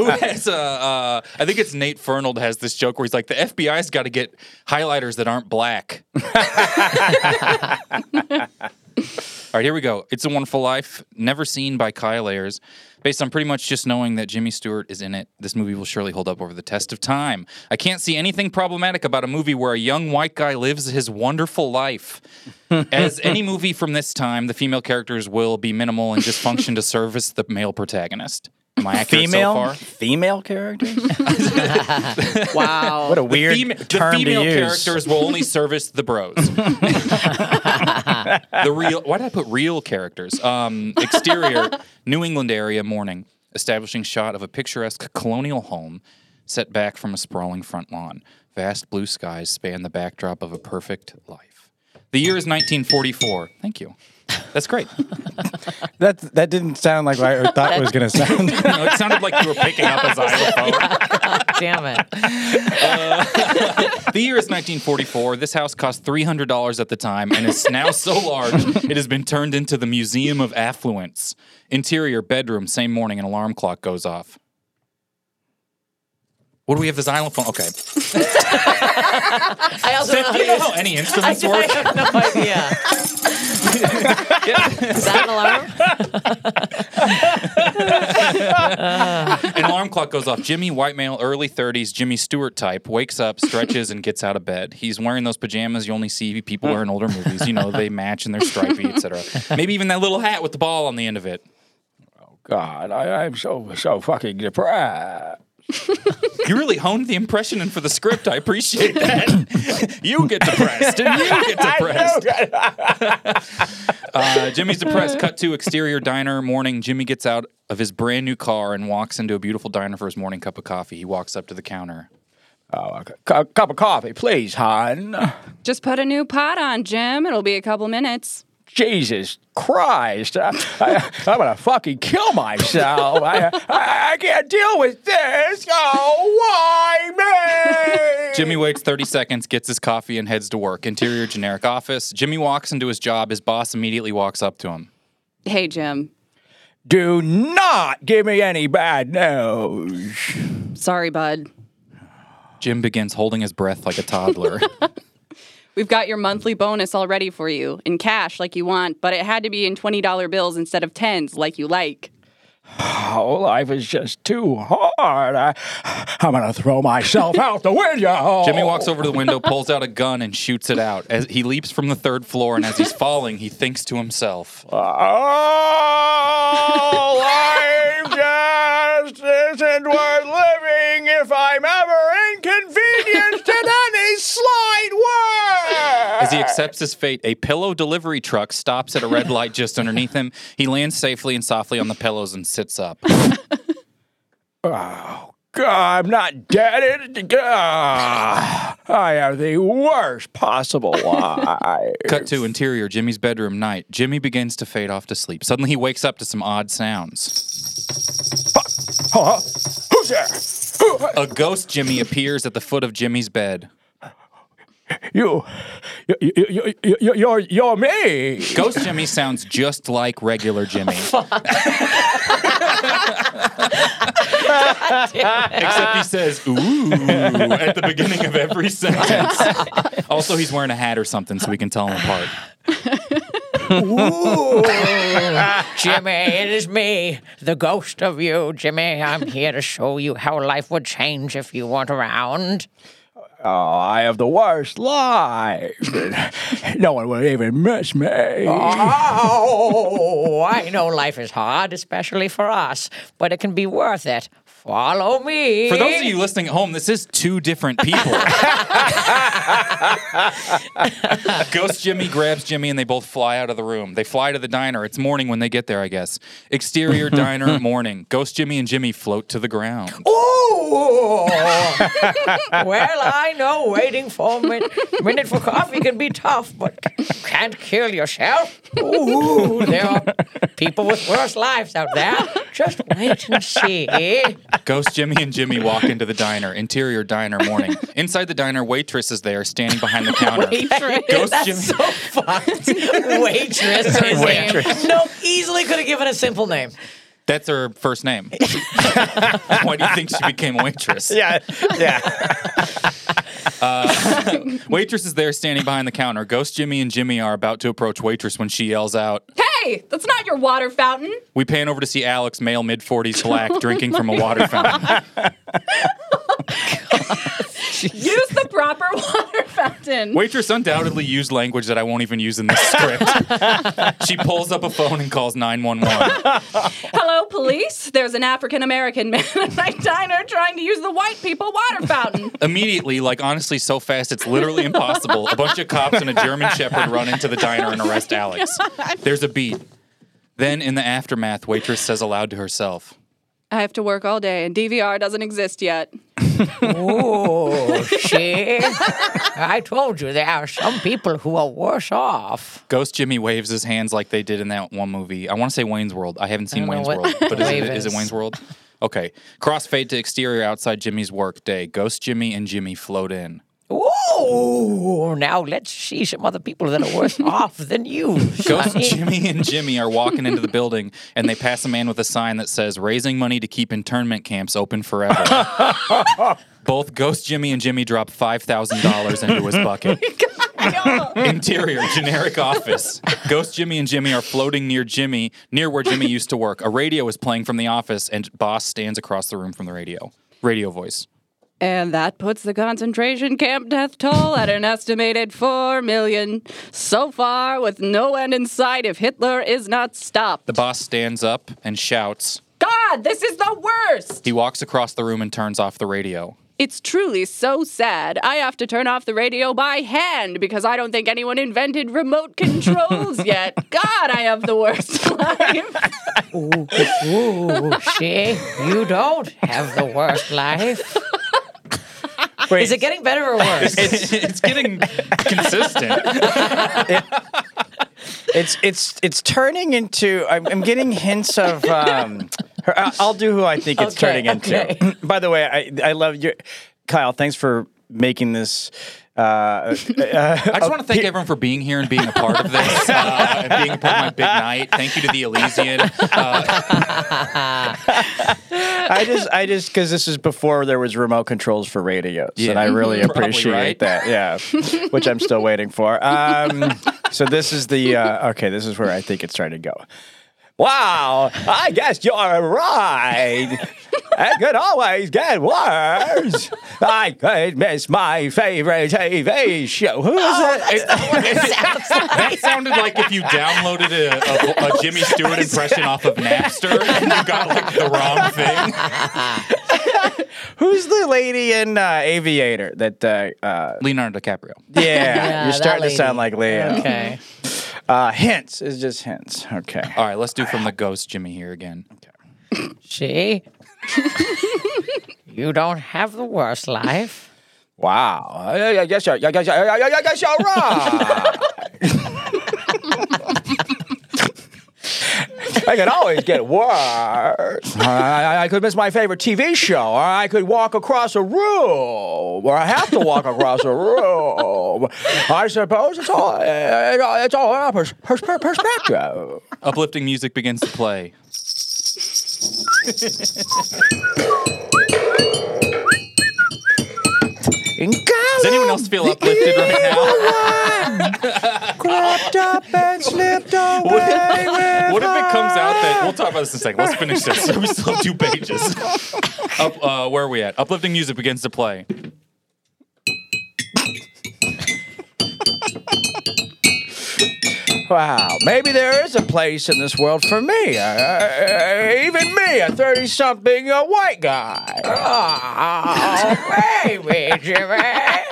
Speaker 2: has a? Uh, I think it's Nate Fernald has this joke where he's like, the FBI's got to get highlighters that aren't black. All right, here we go. It's a Wonderful Life, never seen by Kyle Ayers. Based on pretty much just knowing that Jimmy Stewart is in it, this movie will surely hold up over the test of time. I can't see anything problematic about a movie where a young white guy lives his wonderful life. As any movie from this time, the female characters will be minimal and just function to service the male protagonist. Am I accurate so
Speaker 4: Female,
Speaker 2: far?
Speaker 4: female characters.
Speaker 6: Wow.
Speaker 4: What a weird
Speaker 2: Fema-
Speaker 4: term
Speaker 2: the female
Speaker 4: to use.
Speaker 2: characters will only service the bros. the real. Why did I put real characters? Um, exterior, New England area morning, establishing shot of a picturesque colonial home set back from a sprawling front lawn. Vast blue skies span the backdrop of a perfect life. The year is 1944. Thank you. That's great.
Speaker 4: That that didn't sound like what I thought it was going to sound.
Speaker 2: You know, it sounded like you were picking up a xylophone.
Speaker 3: Damn it.
Speaker 2: The year is 1944. This house cost $300 at the time and is now so large it has been turned into the Museum of Affluence. Interior bedroom, same morning, an alarm clock goes off. What do we have the xylophone? Okay.
Speaker 3: I also
Speaker 2: Steph, do you know how any
Speaker 3: I,
Speaker 2: instruments
Speaker 3: I
Speaker 2: work?
Speaker 3: have no idea. Is that an alarm?
Speaker 2: An alarm clock goes off. Jimmy, white male, early 30s, Jimmy Stewart type, wakes up, stretches, and gets out of bed. He's wearing those pajamas you only see people wear in older movies. You know, they match and they're stripy, etc. Maybe even that little hat with the ball on the end of it.
Speaker 4: God, I, I'm so so fucking depressed.
Speaker 2: You really honed the impression in for the script. I appreciate that. you get depressed and you get depressed. Uh, Jimmy's depressed. Cut to exterior diner morning. Jimmy gets out of his brand new car and walks into a beautiful diner for his morning cup of coffee. He walks up to the counter.
Speaker 4: Uh, a cu- cup of coffee, please, hon.
Speaker 6: Just put a new pot on, Jim. It'll be a couple minutes.
Speaker 4: Jesus Christ. I, I, I'm going to fucking kill myself. I, I, I can't deal with this. Oh, why me?
Speaker 2: Jimmy waits 30 seconds, gets his coffee, and heads to work. Interior generic office. Jimmy walks into his job. His boss immediately walks up to him.
Speaker 6: Hey, Jim.
Speaker 4: Do not give me any bad news.
Speaker 6: Sorry, bud.
Speaker 2: Jim begins holding his breath like a toddler.
Speaker 6: We've got your monthly bonus already for you in cash, like you want, but it had to be in $20 bills instead of tens, like you like.
Speaker 4: Oh, life is just too hard. I, I'm going to throw myself out the window.
Speaker 2: Jimmy walks over to the window, pulls out a gun, and shoots it out. As he leaps from the third floor, and as he's falling, he thinks to himself,
Speaker 4: Oh, life just isn't worth living if I'm ever inconvenienced in any slight way.
Speaker 2: As he accepts his fate, a pillow delivery truck stops at a red light just underneath him. He lands safely and softly on the pillows and sits up.
Speaker 4: Oh, God, I'm not dead. It- ah, I have the worst possible life.
Speaker 2: Cut to interior Jimmy's bedroom night. Jimmy begins to fade off to sleep. Suddenly, he wakes up to some odd sounds.
Speaker 4: huh? Who's there? Who-
Speaker 2: A ghost Jimmy appears at the foot of Jimmy's bed.
Speaker 4: You, you, you, you, you, you- you're, you're me.
Speaker 2: Ghost Jimmy sounds just like regular Jimmy. Except he says, ooh, at the beginning of every sentence. also, he's wearing a hat or something so we can tell him apart.
Speaker 3: Jimmy, it is me, the ghost of you, Jimmy. I'm here to show you how life would change if you weren't around.
Speaker 4: Oh, I have the worst life. no one will even miss me.
Speaker 3: Oh, I know life is hard, especially for us, but it can be worth it. Follow me.
Speaker 2: For those of you listening at home, this is two different people. Ghost Jimmy grabs Jimmy and they both fly out of the room. They fly to the diner. It's morning when they get there, I guess. Exterior diner morning. Ghost Jimmy and Jimmy float to the ground.
Speaker 3: Oh. Ooh. well, I know waiting for a min- minute for coffee can be tough, but can't kill yourself. Ooh, there are people with worse lives out there. Just wait and see.
Speaker 2: Ghost Jimmy and Jimmy walk into the diner. Interior diner morning. Inside the diner, waitress is there standing behind the counter. Ghost
Speaker 3: That's
Speaker 2: Jimmy.
Speaker 3: so fucked. Waitress. is her
Speaker 2: Waitress.
Speaker 3: Name. No, easily could have given a simple name.
Speaker 2: That's her first name. Why do you think she became a waitress?
Speaker 4: Yeah, yeah.
Speaker 2: Waitress is there standing behind the counter. Ghost Jimmy and Jimmy are about to approach waitress when she yells out.
Speaker 6: Hey, that's not your water fountain.
Speaker 2: We pan over to see Alex, male mid 40s black, drinking from a water fountain.
Speaker 6: Use the proper water fountain.
Speaker 2: Waitress undoubtedly used language that I won't even use in this script. she pulls up a phone and calls 911.
Speaker 6: Hello, police. There's an African American man at my diner trying to use the white people water fountain.
Speaker 2: Immediately, like honestly, so fast it's literally impossible, a bunch of cops and a German Shepherd run into the diner and arrest Alex. There's a beat. Then, in the aftermath, waitress says aloud to herself,
Speaker 6: I have to work all day, and DVR doesn't exist yet.
Speaker 3: Oh, see? I told you there are some people who are worse off.
Speaker 2: Ghost Jimmy waves his hands like they did in that one movie. I want to say Wayne's World. I haven't seen
Speaker 3: don't know
Speaker 2: Wayne's
Speaker 3: what
Speaker 2: World, but is it,
Speaker 3: wave
Speaker 2: is it
Speaker 3: is.
Speaker 2: Wayne's World? Okay. Crossfade to exterior outside Jimmy's work day. Ghost Jimmy and Jimmy float in.
Speaker 3: Ooh, now let's see some other people that are worse off than you.
Speaker 2: Ghost
Speaker 3: sonny.
Speaker 2: Jimmy and Jimmy are walking into the building and they pass a man with a sign that says raising money to keep internment camps open forever. Both Ghost Jimmy and Jimmy drop $5,000 into his bucket. Interior, generic office. Ghost Jimmy and Jimmy are floating near Jimmy, near where Jimmy used to work. A radio is playing from the office, and boss stands across the room from the radio. Radio voice.
Speaker 6: And that puts the concentration camp death toll at an estimated 4 million. So far, with no end in sight if Hitler is not stopped.
Speaker 2: The boss stands up and shouts.
Speaker 6: God, this is the worst!
Speaker 2: He walks across the room and turns off the radio.
Speaker 6: It's truly so sad. I have to turn off the radio by hand because I don't think anyone invented remote controls yet. God, I have the worst life.
Speaker 3: Ooh, see, you don't have the worst life.
Speaker 4: Wait.
Speaker 3: Is it getting better or worse?
Speaker 2: It's, it's getting consistent.
Speaker 4: It's it's it's turning into. I'm, I'm getting hints of. Um, her, I- I'll do who I think it's
Speaker 3: Okay,
Speaker 4: turning into.
Speaker 3: okay.
Speaker 4: By the way, I I love your Kyle. Thanks for making this. Uh,
Speaker 2: I just want to thank everyone for being here and being a part of this uh, and being a part of my big night. Thank you to the Elysian. Uh,
Speaker 4: I just I just because this is before there was remote controls for radios,
Speaker 2: Yeah.
Speaker 4: and I really
Speaker 2: Mhm. Probably
Speaker 4: appreciate
Speaker 2: right.
Speaker 4: that. Yeah, which I'm still waiting for. Um, so this is the uh, okay. This is where I think it's starting to go. Wow, I guess you're right. It could always get worse. I could miss my favorite TV show. Who is it?
Speaker 2: that sounded like if you downloaded a, a, a Jimmy Stewart impression off of Napster and you got like the wrong thing.
Speaker 4: Who's the lady in uh, Aviator that? Uh, uh,
Speaker 2: Leonardo DiCaprio.
Speaker 4: yeah,
Speaker 3: Yeah,
Speaker 4: you're
Speaker 3: that
Speaker 4: starting to sound like
Speaker 3: lady.
Speaker 4: Leo.
Speaker 3: Okay.
Speaker 4: Uh, hints is just hints. Okay.
Speaker 2: All right, let's do from the ghost Jimmy here again.
Speaker 3: She. you don't have the worst life.
Speaker 4: Wow. I, I guess you're, I guess you're, I, I guess you're right. I could always get worse. I, I could miss my favorite TV show, or I could walk across a room, or I have to walk across a room. I suppose it's all, it's all, it's all in pers- pers- perspective.
Speaker 2: Uplifting music begins to play.
Speaker 4: Does
Speaker 2: Does anyone else feel uplifted right now?
Speaker 4: Crept up and slipped away.
Speaker 2: What if, what if it comes out that we'll talk about this in a second? Let's finish this. We still have two pages. Up, uh, where are we at? Uplifting music begins to play.
Speaker 4: Wow, maybe there is a place in this world for me. Uh, uh, even me, a 30 something uh, white guy. Oh, baby, Jimmy.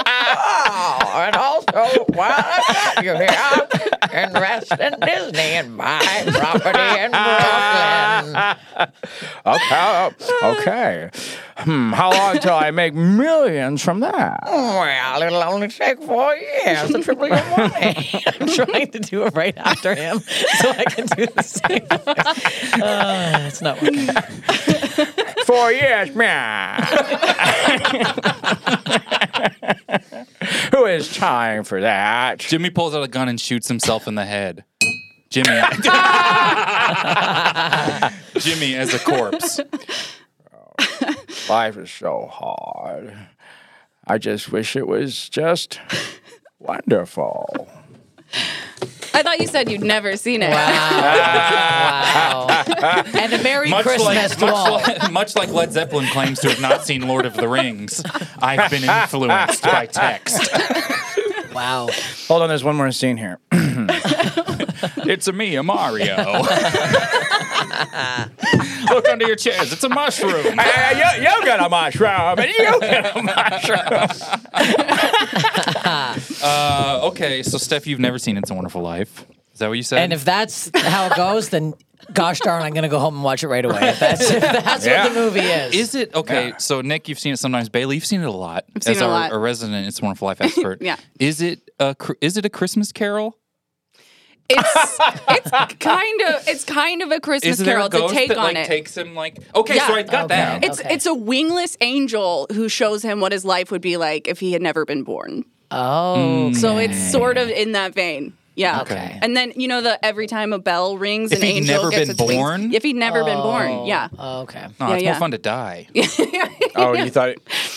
Speaker 3: Oh, and also, while I got you here, I'm investing in Disney in my property in Brooklyn.
Speaker 4: Okay. uh, okay. Hmm, how long till I make millions from that?
Speaker 3: Well, it'll only take four years to triple your money. I'm trying to do it right after him so I can do the same. Uh, it's not working.
Speaker 4: Four years, man. Who is time for that?
Speaker 2: Jimmy pulls out a gun and shoots himself in the head. Jimmy. Jimmy as a corpse.
Speaker 4: Life is so hard. I just wish it was just wonderful.
Speaker 6: I thought you said you'd never seen it.
Speaker 3: Wow. And a Merry Christmas to all.
Speaker 2: much, like, much like Led Zeppelin claims to have not seen Lord of the Rings, I've been influenced by text.
Speaker 3: Wow.
Speaker 4: Hold on, there's one more scene here.
Speaker 2: It's a me, a Mario. Look under your chairs. It's a mushroom.
Speaker 4: you, you got a mushroom, and you got a mushroom.
Speaker 2: Uh, okay, so Steph, you've never seen It's a Wonderful Life. Is that what you said?
Speaker 3: And if that's how it goes, then gosh darn, I'm going to go home and watch it right away. If that's, if that's what the movie is.
Speaker 2: is it okay? So Nick, you've seen it sometimes. Bailey, you've seen it a lot
Speaker 6: seen
Speaker 2: as
Speaker 6: it a
Speaker 2: our,
Speaker 6: lot.
Speaker 2: a resident It's a Wonderful Life expert.
Speaker 6: Yeah.
Speaker 2: Is it a cr- is it a Christmas Carol?
Speaker 6: It's it's kind of it's kind of a Christmas
Speaker 2: Is there
Speaker 6: Carol.
Speaker 2: a
Speaker 6: It's a
Speaker 2: ghost
Speaker 6: take
Speaker 2: that
Speaker 6: on
Speaker 2: like
Speaker 6: it.
Speaker 2: takes him like? Okay,
Speaker 6: Yeah.
Speaker 2: so I got
Speaker 3: Okay.
Speaker 2: that.
Speaker 6: it's
Speaker 3: Okay.
Speaker 6: it's a wingless angel who shows him what his life would be like if he had never been born.
Speaker 3: oh.
Speaker 6: So it's sort of in that vein. Yeah.
Speaker 3: Okay.
Speaker 6: And then you know the every time a bell rings,
Speaker 2: If
Speaker 6: an
Speaker 2: he'd
Speaker 6: angel
Speaker 2: never
Speaker 6: gets
Speaker 2: been
Speaker 6: its wings.
Speaker 2: born?
Speaker 6: If he'd never been born, yeah.
Speaker 3: Okay.
Speaker 2: No,
Speaker 6: Yeah,
Speaker 2: it's
Speaker 6: yeah.
Speaker 2: more fun to die.
Speaker 4: Oh, you thought?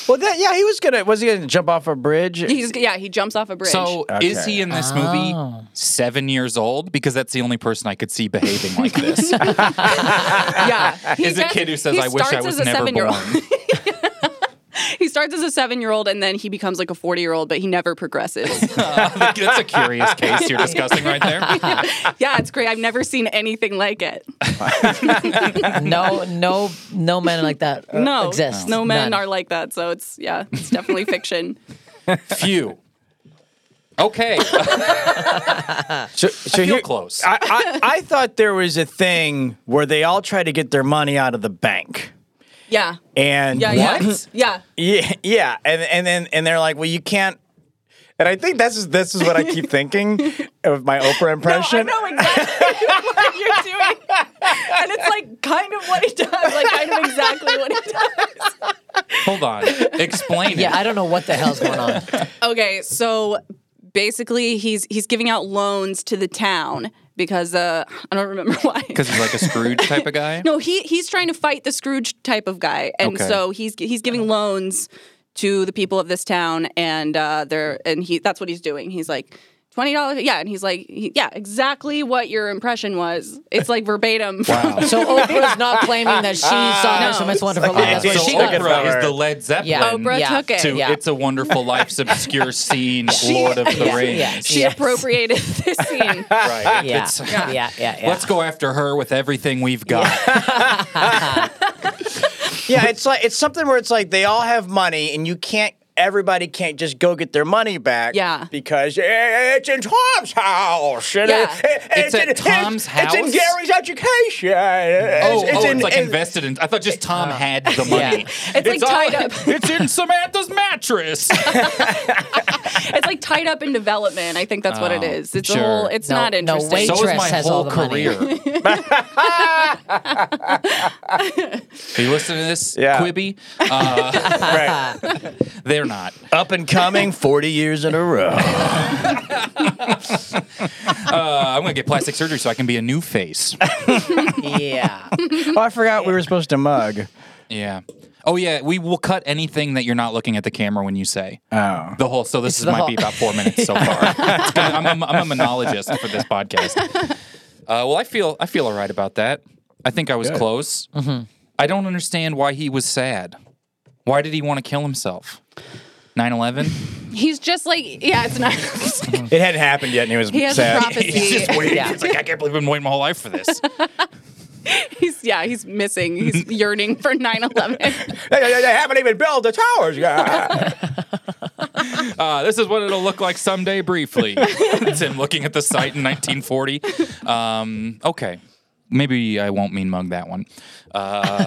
Speaker 4: Well, that yeah, he was gonna. Was he gonna jump off a bridge?
Speaker 6: He's yeah. He jumps off a bridge.
Speaker 2: So is
Speaker 4: Okay.
Speaker 2: he in this movie seven years old? Because that's the only person I could see behaving like this.
Speaker 6: yeah, he
Speaker 2: is a
Speaker 6: gets-
Speaker 2: kid who says,
Speaker 6: he
Speaker 2: "I wish I
Speaker 6: starts
Speaker 2: was
Speaker 6: as a
Speaker 2: never
Speaker 6: seven-year-old.
Speaker 2: born."
Speaker 6: he starts as a seven-year-old and then he becomes like a forty-year-old, but he never progresses.
Speaker 2: that's a curious case you're discussing right there.
Speaker 6: yeah, it's great. I've never seen anything like it.
Speaker 2: Mm.
Speaker 3: No, no, no men like that uh,
Speaker 6: No,
Speaker 3: exist.
Speaker 6: no men
Speaker 3: None.
Speaker 6: are like that. So it's yeah, it's definitely fiction.
Speaker 2: Phew. Okay, I
Speaker 4: so, so
Speaker 2: feel
Speaker 4: here-
Speaker 2: close.
Speaker 4: I, I, I thought there was a thing where they all try to get their money out of the bank.
Speaker 6: Yeah.
Speaker 4: And
Speaker 6: Yeah. Yeah. yeah.
Speaker 4: Yeah, yeah, and and then and they're like, well, you can't. And I think this is this is what I keep thinking of my Oprah impression.
Speaker 6: No, I know exactly what you're doing. And it's like kind of what he does, like kind of exactly what he does.
Speaker 2: Hold on. Explain
Speaker 3: Yeah,
Speaker 2: it.
Speaker 3: I don't know what the hell's going on.
Speaker 6: Okay, so basically he's he's giving out loans to the town because uh I don't remember why.
Speaker 2: Because he's like a Scrooge type of guy.
Speaker 6: No, he he's trying to fight the Scrooge type of guy, and
Speaker 2: Okay.
Speaker 6: so he's he's giving loans to the people of this town, and uh, they're and he that's what he's doing. He's like twenty dollars, yeah, and he's like, he- yeah, exactly what your impression was. It's like verbatim. Wow.
Speaker 3: So Oprah's not claiming that she saw
Speaker 6: No.
Speaker 3: It's a Miss Wonderful Life. That's
Speaker 4: Yeah,
Speaker 3: where
Speaker 2: so
Speaker 4: she
Speaker 3: she got
Speaker 4: took
Speaker 3: it
Speaker 4: it
Speaker 3: from.
Speaker 4: from
Speaker 2: Oprah
Speaker 4: her.
Speaker 2: is the Led Zeppelin
Speaker 3: Yeah.
Speaker 6: Oprah
Speaker 3: Yeah.
Speaker 6: took it.
Speaker 2: to
Speaker 3: yeah.
Speaker 2: It's a Wonderful Life's obscure scene, Lord of the Rings.
Speaker 3: Yes.
Speaker 6: She
Speaker 3: yes.
Speaker 6: appropriated this scene.
Speaker 2: Right.
Speaker 3: Yeah.
Speaker 2: It's-
Speaker 3: yeah, yeah, yeah,
Speaker 2: Let's go after her with everything we've got.
Speaker 4: yeah, it's like it's something where it's like they all have money, and you can't. Everybody can't just go get their money back.
Speaker 6: Yeah.
Speaker 4: because eh, it's in Tom's house. and
Speaker 6: Yeah.
Speaker 4: it- it-
Speaker 2: It's at
Speaker 4: in-
Speaker 2: Tom's
Speaker 4: It's in
Speaker 2: house?
Speaker 4: Gary's education.
Speaker 2: Oh,
Speaker 4: it's,
Speaker 2: oh, it's like
Speaker 4: in-
Speaker 2: invested in. I thought just Tom had the money.
Speaker 6: It's like tied
Speaker 2: all-
Speaker 6: up.
Speaker 2: It's in Samantha's mattress.
Speaker 6: It's like tied up in development. I think that's what it is. It's
Speaker 2: sure.
Speaker 6: a whole. It's
Speaker 3: No,
Speaker 6: not
Speaker 3: no,
Speaker 6: interesting.
Speaker 3: wait.
Speaker 2: so is
Speaker 3: Waitress
Speaker 2: my
Speaker 3: has
Speaker 2: whole
Speaker 3: all the money.
Speaker 2: career. Are you listening to this,
Speaker 4: Yeah.
Speaker 2: Quibby? Uh,
Speaker 4: right.
Speaker 2: they're not.
Speaker 4: up and coming, forty years in a row.
Speaker 2: Uh, I'm going to get plastic surgery so I can be a new face.
Speaker 3: yeah.
Speaker 4: Oh, I forgot we were supposed to mug.
Speaker 2: Yeah. Oh yeah, we will cut anything that you're not looking at the camera when you say.
Speaker 4: Oh.
Speaker 2: The whole. So this is
Speaker 3: the
Speaker 2: might
Speaker 3: whole-
Speaker 2: be about four minutes so far. It's good. I'm, I'm, I'm a monologist for this podcast. Uh, well, I feel I feel all right about that. I think I was close. I don't understand why he was sad. Why did he want to kill himself? 9-11?
Speaker 6: He's just like yeah. It's not.
Speaker 4: It hadn't happened yet, and he was
Speaker 6: he has a
Speaker 4: sad.
Speaker 6: prophecy.
Speaker 2: He's just waiting.
Speaker 3: Yeah.
Speaker 2: He's like, I can't believe I've been waiting my whole life for this.
Speaker 6: He's yeah, he's missing. He's yearning for 9/11.
Speaker 4: They, they- they haven't even built the towers yet.
Speaker 2: Uh, this is what it'll look like someday briefly. it's him looking at the site in 1940. Um, okay. Maybe I won't mean mug that one. Uh,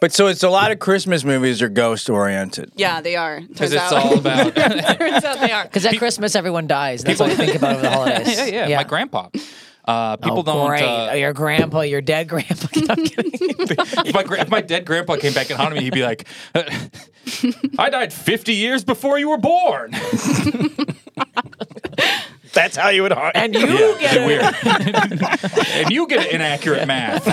Speaker 4: but so it's a lot of Christmas movies are ghost oriented.
Speaker 6: Yeah, they are. Turns
Speaker 2: Because it's
Speaker 6: out,
Speaker 2: all about. yeah,
Speaker 6: turns out they are.
Speaker 3: Because at Christmas, everyone dies. That's all you think about over the holidays.
Speaker 2: yeah, My grandpa. Uh, people
Speaker 3: Oh,
Speaker 2: don't.
Speaker 3: great.
Speaker 2: uh,
Speaker 3: Oh, your grandpa, your dead grandpa. No, I'm kidding.
Speaker 2: if, my, gra- if my dead grandpa came back and haunted me, he'd be like, "Uh, I died 50 years before you were born.
Speaker 4: That's how you would haunt.
Speaker 3: and you get
Speaker 2: Get
Speaker 3: it.
Speaker 2: weird. and you get inaccurate math.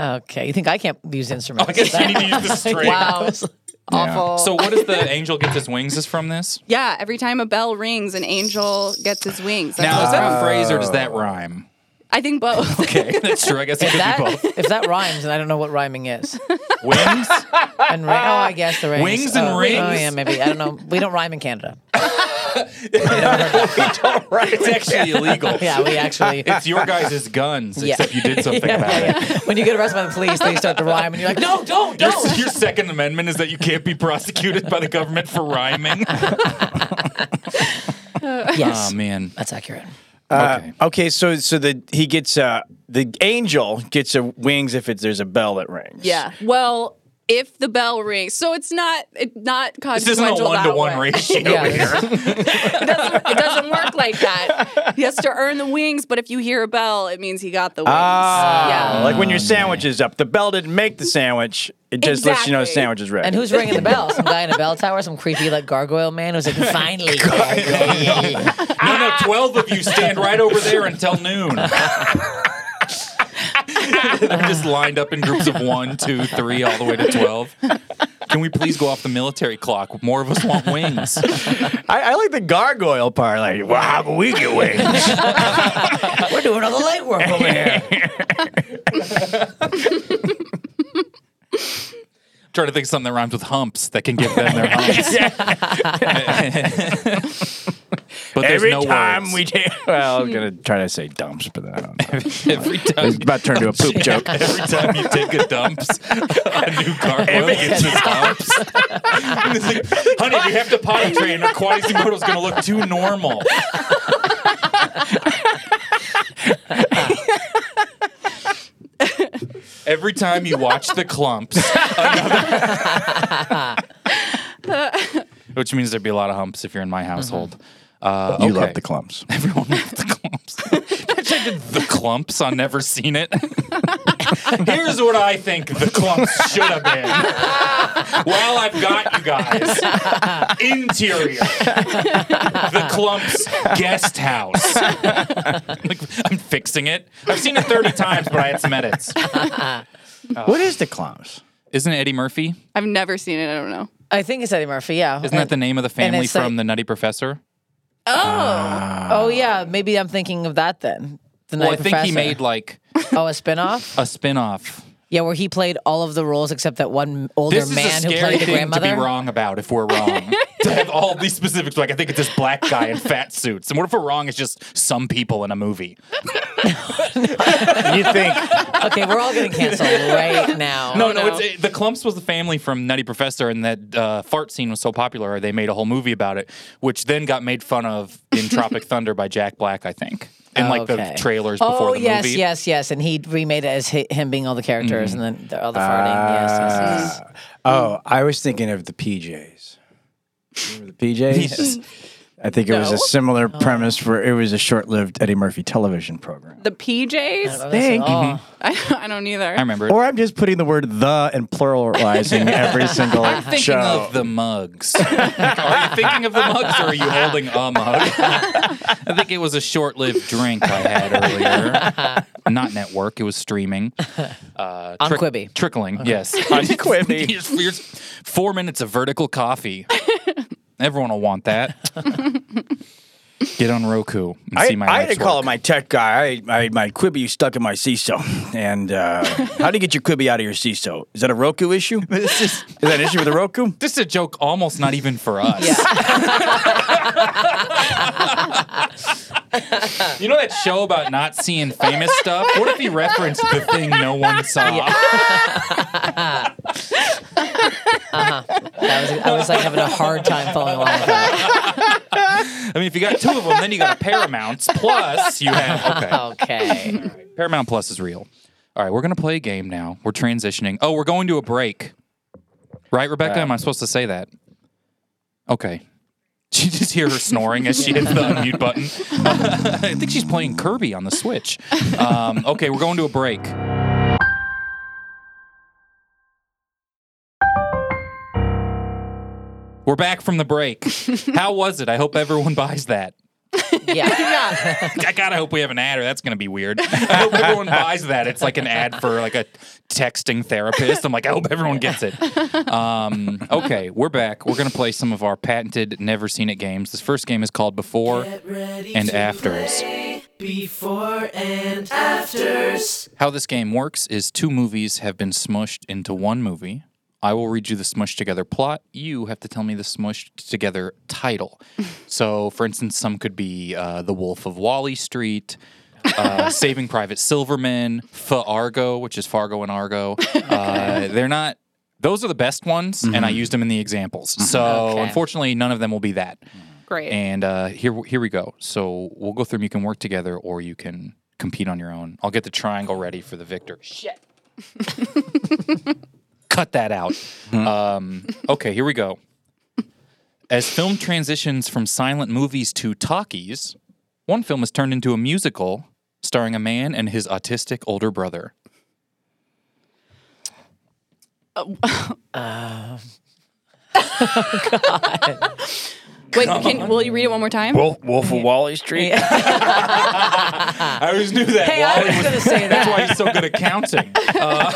Speaker 3: Okay, you think I can't use instruments?
Speaker 2: Oh, I guess you need to use the string.
Speaker 3: wow.
Speaker 6: Awful.
Speaker 2: So, what is the angel gets his wings is from this?
Speaker 6: yeah, every time a bell rings, an angel gets his wings. That's
Speaker 3: Oh.
Speaker 2: Now,
Speaker 6: all.
Speaker 2: is that a phrase or does that rhyme?
Speaker 6: I think both.
Speaker 2: Okay, that's true. I guess it
Speaker 3: If
Speaker 2: could
Speaker 3: that,
Speaker 2: be both.
Speaker 3: if that rhymes, then I don't know what rhyming is.
Speaker 2: Wings?
Speaker 3: And ri- oh, I guess the rings.
Speaker 2: Wings and
Speaker 3: oh,
Speaker 2: rings?
Speaker 3: Oh yeah, maybe I don't know. We don't rhyme in Canada.
Speaker 4: right.
Speaker 2: It's actually illegal.
Speaker 3: Yeah, we actually.
Speaker 2: It's your guys' guns,
Speaker 3: Yeah.
Speaker 2: except you did something about it.
Speaker 3: when you get arrested by the police, they start to rhyme, and you're like, no, don't,
Speaker 2: Your,
Speaker 3: don't.
Speaker 2: your Second Amendment is that you can't be prosecuted by the government for rhyming.
Speaker 3: yes,
Speaker 2: Oh man.
Speaker 3: that's accurate.
Speaker 2: Okay.
Speaker 4: Uh, Okay, so so the he gets uh the angel gets a wings if it's there's a bell that rings.
Speaker 6: yeah. Well, if the bell rings, so it's not it, not
Speaker 2: This isn't a
Speaker 6: consequential
Speaker 2: one to
Speaker 6: that
Speaker 2: one
Speaker 6: way.
Speaker 2: ratio
Speaker 3: Yeah.
Speaker 2: here.
Speaker 6: It doesn't, it doesn't work like that. He has to earn the wings, but if you hear a bell, it means he got the wings.
Speaker 4: Ah,
Speaker 6: yeah.
Speaker 4: like when your sandwich is up, the bell didn't make the sandwich. It just lets you know the
Speaker 6: Exactly.
Speaker 4: sandwich is ready.
Speaker 3: And who's ringing the bell? Some guy in a bell tower, some creepy like gargoyle man who's like, finally. gargoyle."
Speaker 2: No, no, twelve of you stand right over there until noon. They're just lined up in groups of one, two, three, all the way to twelve. Can we please go off the military clock? More of us want wings.
Speaker 4: I, I like the gargoyle part. Like, well, how can we get wings?
Speaker 3: We're doing all the legwork over here.
Speaker 2: Try to think of something that rhymes with humps that can give them their humps. but there's
Speaker 4: Every
Speaker 2: no
Speaker 4: time
Speaker 2: words.
Speaker 4: we do. Well, I'm gonna try to say dumps, but then I don't. Know. Uh,
Speaker 2: every time
Speaker 4: It's about to turn to a poop joke.
Speaker 2: Every time you take a dump, a new gargoyle gets his dumps. And it's like, Honey, we have to potty train. Or Quasimodo's going to look too normal. every time you watch the clumps, another- which means there'd be a lot of humps if you're in my
Speaker 3: Mm-hmm.
Speaker 2: household. Uh,
Speaker 4: You
Speaker 2: okay.
Speaker 4: love the clumps.
Speaker 2: Everyone loved the clumps. Imagine I did the clumps on Never Seen It. Here's what I think the clumps should have been. While I've got you guys, interior, the clumps guest house. Like, I'm fixing it. I've seen it 30 times, but I had some edits.
Speaker 4: What is the clumps?
Speaker 2: Isn't it Eddie Murphy?
Speaker 6: I've never seen it. I don't know.
Speaker 3: I think it's Eddie Murphy. Yeah.
Speaker 2: Isn't that the name of the family
Speaker 3: it's like-
Speaker 2: from The Nutty Professor?
Speaker 3: Oh yeah. Maybe I'm thinking of that then. The
Speaker 2: Well, I
Speaker 3: Night
Speaker 2: think he
Speaker 3: Professor.
Speaker 2: made like
Speaker 3: oh a spinoff.
Speaker 2: a spin off.
Speaker 3: Yeah, where he played all of the roles except that one older
Speaker 2: This is a
Speaker 3: man who
Speaker 2: scary
Speaker 3: played the
Speaker 2: thing to
Speaker 3: grandmother.
Speaker 2: be wrong about if we're wrong. to have all these specifics, like I think it's this black guy in fat suits. And what if we're wrong? It's just some people in a movie.
Speaker 4: You think
Speaker 3: Okay, we're all getting canceled right now.
Speaker 2: No, no, it's it, the Clumps was the family from Nutty Professor, and that uh, fart scene was so popular, they made a whole movie about it, which then got made fun of in Tropic Thunder by Jack Black, I think, in like
Speaker 3: Okay.
Speaker 2: the trailers before
Speaker 3: Oh
Speaker 2: the
Speaker 3: yes,
Speaker 2: movie. Mm-hmm.
Speaker 3: yes, yes, and he remade it as hi- him being all the characters, and then the, all the farting. yes,
Speaker 2: Ah.
Speaker 3: yes, yes.
Speaker 4: Oh, I was thinking of the PJs. Remember the PJs? I think it was a similar premise for it was a short-lived Eddie Murphy television program.
Speaker 6: The PJs?
Speaker 4: Think,
Speaker 3: Oh,
Speaker 2: Mm-hmm.
Speaker 6: I don't, I don't either.
Speaker 2: I remember. it.
Speaker 4: or I'm just putting the word "the" and pluralizing every single
Speaker 2: I'm thinking
Speaker 4: show.
Speaker 2: of the mugs. are you thinking of the mugs or are you holding a mug? I think it was a short lived drink I had earlier. Not network, it was streaming. Uh,
Speaker 3: On Quibi.
Speaker 2: Trickling, yes. Uh-huh. On
Speaker 4: Quibi.
Speaker 2: Here's- here's Four minutes of vertical coffee. Everyone will want that. Get on Roku and
Speaker 4: I,
Speaker 2: see my
Speaker 4: I had
Speaker 2: life's
Speaker 4: to call
Speaker 2: work.
Speaker 4: my tech guy. I, I had my Quibi stuck in my CISO. And uh, how do you get your Quibi out of your CISO? Is that a Roku issue? Is that an issue with the Roku?
Speaker 2: This is a joke almost not even for us. you know that show about not seeing famous stuff? What if he referenced the thing no one saw?
Speaker 3: That was, I was like having a hard time following along. With that.
Speaker 2: I mean, if you got two of them, then you got a Paramount plus you have. Okay.
Speaker 3: Okay,
Speaker 2: Paramount plus is real. All right, we're going to play a game now. We're transitioning. Oh, we're going to a break. Right, Rebecca? Am I supposed to say that? Okay. You just hear her snoring as she hits the unmute button. I think she's playing Kirby on the Switch. Um, okay, we're going to a break. We're back from the break. How was it? I hope everyone buys that.
Speaker 3: yeah,
Speaker 2: I gotta hope we have an ad, or that's gonna be weird. I hope everyone buys that. It's like an ad for like a texting therapist. I'm like, I hope everyone gets it. Um, okay, we're back. We're gonna play some of our patented, never seen it games. This first game is called Before and Afters.
Speaker 8: Before and afters.
Speaker 2: How this game works is two movies have been smushed into one movie. I will read you the smushed together plot. You have to tell me the smushed together title. so, for instance, some could be uh, The Wolf of Wally Street, uh, Saving Private Silverman, Fargo, which is Fargo and Argo. Uh, they're not. Those are the best ones, and I used them in the examples. So, unfortunately, none of them will be that.
Speaker 6: Great.
Speaker 2: And uh, here, here we go. So we'll go through them. You can work together, or you can compete on your own. I'll get the triangle ready for the victor. Shit. Cut that out. Um, okay, here we go. As film transitions from silent movies to talkies, one film is turned into a musical starring a man and his autistic older brother.
Speaker 6: Wait, can, will you read it one more time?
Speaker 4: Wolf, Wolf of Wally Street.
Speaker 2: I always knew that.
Speaker 3: Hey, I Wally was was- gonna say
Speaker 2: That's why he's so good at counting. Uh,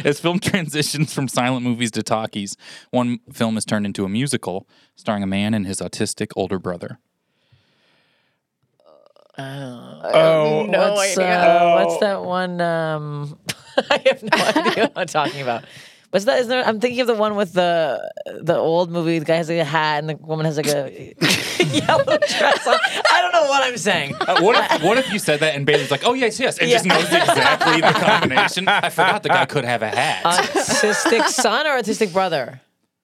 Speaker 2: as film transitions from silent movies to talkies, one film is turned into a musical starring a man and his autistic older brother.
Speaker 4: Oh,
Speaker 6: no
Speaker 3: what's,
Speaker 6: idea.
Speaker 3: Uh, what's that one? Um, I have no idea what I'm talking about. What's that? Is there, I'm thinking of the one with the the old movie. The guy has like a hat and the woman has like a yellow dress on. I don't know what I'm saying.
Speaker 2: Uh, what, if, what if you said that and Bailey's like, oh, yes, yes, and just knows exactly the combination? I forgot the guy could have a hat.
Speaker 3: Autistic son or autistic brother?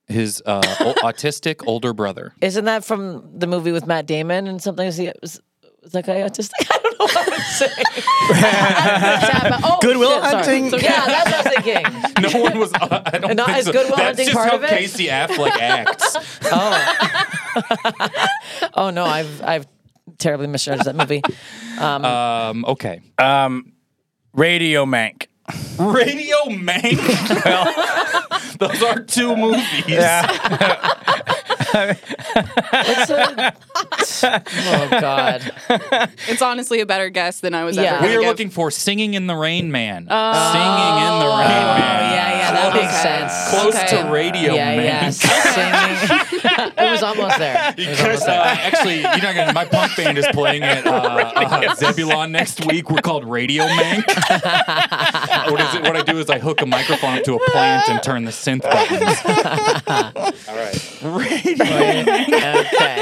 Speaker 2: His uh, o- autistic older brother.
Speaker 3: Isn't that from the movie with Matt Damon and something? Is, he, is, is that guy autistic? I don't know. what I'm saying. oh,
Speaker 4: Goodwill
Speaker 3: shit, sorry.
Speaker 4: hunting.
Speaker 3: So, yeah, that's what I'm thinking.
Speaker 2: No one was. Uh, I don't
Speaker 3: Not
Speaker 2: think
Speaker 3: as
Speaker 2: so.
Speaker 3: Goodwill
Speaker 2: That's
Speaker 3: Hunting
Speaker 2: just
Speaker 3: part
Speaker 2: how
Speaker 3: of it?
Speaker 2: Casey Affleck acts.
Speaker 3: Oh. oh no, I've I've terribly misjudged that movie.
Speaker 2: um, okay.
Speaker 4: Radio Mank.
Speaker 2: Radio Man. those are two movies.
Speaker 3: It's a- oh God.
Speaker 6: It's honestly a better guess than I was
Speaker 3: Yeah.
Speaker 2: We
Speaker 6: ever. gonna
Speaker 2: are
Speaker 6: give.
Speaker 2: looking for Singing in the Rain Man. Singing in the Rain Man.
Speaker 3: Oh, yeah, yeah, that makes
Speaker 6: Okay.
Speaker 3: sense.
Speaker 2: Close
Speaker 6: Okay.
Speaker 2: to Radio
Speaker 3: yeah,
Speaker 2: Man.
Speaker 3: yeah. Singing. it was almost there. It was
Speaker 2: Because
Speaker 3: almost
Speaker 2: uh,
Speaker 3: there.
Speaker 2: actually, you're not gonna. My punk band is playing at uh, uh, Zebulon next week. We're called Radio Mank. what, is it, what I do is I hook a microphone up to a plant and turn the synth buttons.
Speaker 3: Okay.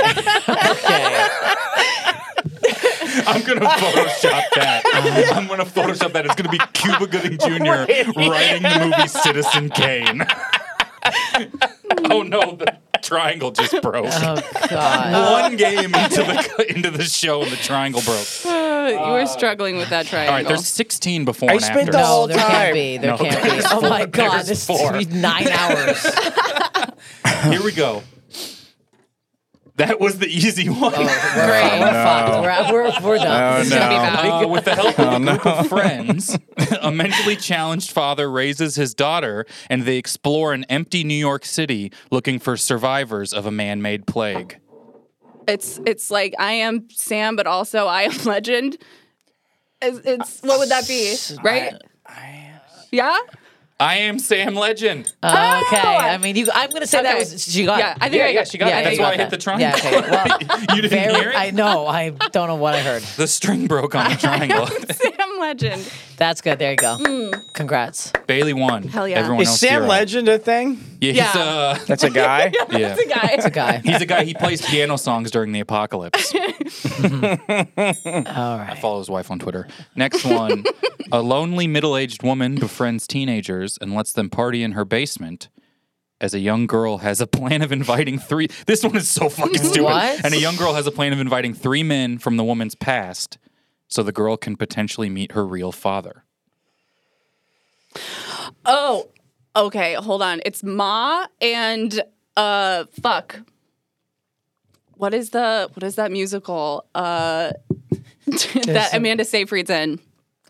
Speaker 3: okay.
Speaker 2: I'm gonna Photoshop that. I'm gonna Photoshop that. It's gonna be Cuba Gooding Jr. writing the movie Citizen Kane. oh no, the triangle just broke.
Speaker 3: Oh God.
Speaker 2: One game into the into the show and the triangle broke.
Speaker 6: Uh, you were struggling with that triangle.
Speaker 2: All right, there's 16 before
Speaker 4: I
Speaker 2: and
Speaker 4: spent
Speaker 2: after.
Speaker 4: the
Speaker 3: No,
Speaker 4: whole
Speaker 3: there
Speaker 4: time.
Speaker 3: can't be. There
Speaker 2: No,
Speaker 3: can't be.
Speaker 2: there's
Speaker 3: Oh my
Speaker 2: four.
Speaker 3: God.
Speaker 2: There's
Speaker 3: This is
Speaker 2: four.
Speaker 3: gonna be nine hours.
Speaker 2: Here we go. That was the easy one.
Speaker 3: We're, fucked. we're fucked. We're, out- we're, we're done.
Speaker 4: Oh,
Speaker 3: This is gonna be
Speaker 4: no.
Speaker 3: bad.
Speaker 2: Uh, with the help of
Speaker 4: Oh,
Speaker 2: a group of friends, a mentally challenged father raises his daughter, and they explore an empty New York City looking for survivors of a man-made plague.
Speaker 6: It's it's like I am Sam, but also I am Legend. It's, it's what would that be, right? yeah.
Speaker 2: I am Sam Legend.
Speaker 3: Uh, Okay. I mean, you. I'm gonna say that
Speaker 6: Okay.
Speaker 3: was she got.
Speaker 6: Yeah, I
Speaker 3: it.
Speaker 6: think
Speaker 2: yeah,
Speaker 6: I
Speaker 2: yeah, she got
Speaker 3: Yeah,
Speaker 2: it. That's
Speaker 3: you
Speaker 2: why I
Speaker 3: got
Speaker 2: hit the
Speaker 3: that.
Speaker 2: triangle.
Speaker 3: Yeah, okay.
Speaker 2: you didn't
Speaker 3: Very-
Speaker 2: hear it?
Speaker 3: I know. I don't know what I heard.
Speaker 2: the string broke on the triangle.
Speaker 6: Sam Legend.
Speaker 3: That's good. There you go.
Speaker 6: Hmm.
Speaker 3: Congrats.
Speaker 2: Bailey won.
Speaker 6: Hell yeah.
Speaker 2: Everyone
Speaker 4: Is
Speaker 2: else
Speaker 4: Sam
Speaker 2: zero.
Speaker 4: Legend a thing?
Speaker 2: Yeah, he's,
Speaker 6: Yeah.
Speaker 2: uh,
Speaker 4: oh That's a guy.
Speaker 2: yeah.
Speaker 6: The guy.
Speaker 3: Guy.
Speaker 2: He's a guy. He plays piano songs during the apocalypse.
Speaker 3: All right.
Speaker 2: Follow his wife on Twitter. Next one. a lonely middle aged woman befriends teenagers and lets them party in her basement as a young girl has a plan of inviting three. This one is so fucking stupid.
Speaker 3: What?
Speaker 2: And a young girl has a plan of inviting three men from the woman's past so the girl can potentially meet her real father.
Speaker 6: Oh, okay. Hold on. It's Ma and uh, fuck. What is the what is that musical? Uh, that Amanda Seyfried's in.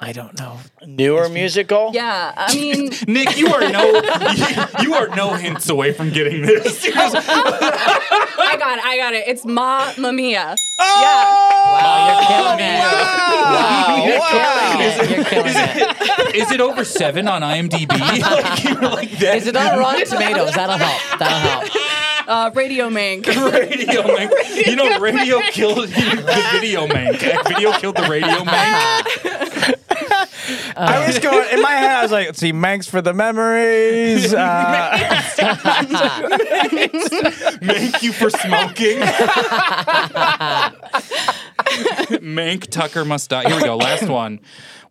Speaker 3: I don't know.
Speaker 4: Newer musical.
Speaker 6: Yeah, I mean,
Speaker 2: Nick, you are
Speaker 3: Oh,
Speaker 2: no you, you are no hints away from getting this. You're just-
Speaker 6: I got it. I got it. It's Ma Mia.
Speaker 3: Wow,
Speaker 4: Oh,
Speaker 3: you're
Speaker 2: Oh,
Speaker 3: killing it. Wow, you're killing it. You're killing it.
Speaker 2: is it over seven on IMDb? like, you're like that.
Speaker 3: Is it on Rotten Tomatoes? That'll help. That'll help.
Speaker 6: Uh, Radio Mank.
Speaker 2: Radio Mank. You know, radio killed the video Mank. Video killed the radio Mank.
Speaker 4: I was going in my head. I was like, let's see, Manx for the memories. Uh,
Speaker 2: Mank you for smoking. Mank Tucker must die. Here we go. Last one.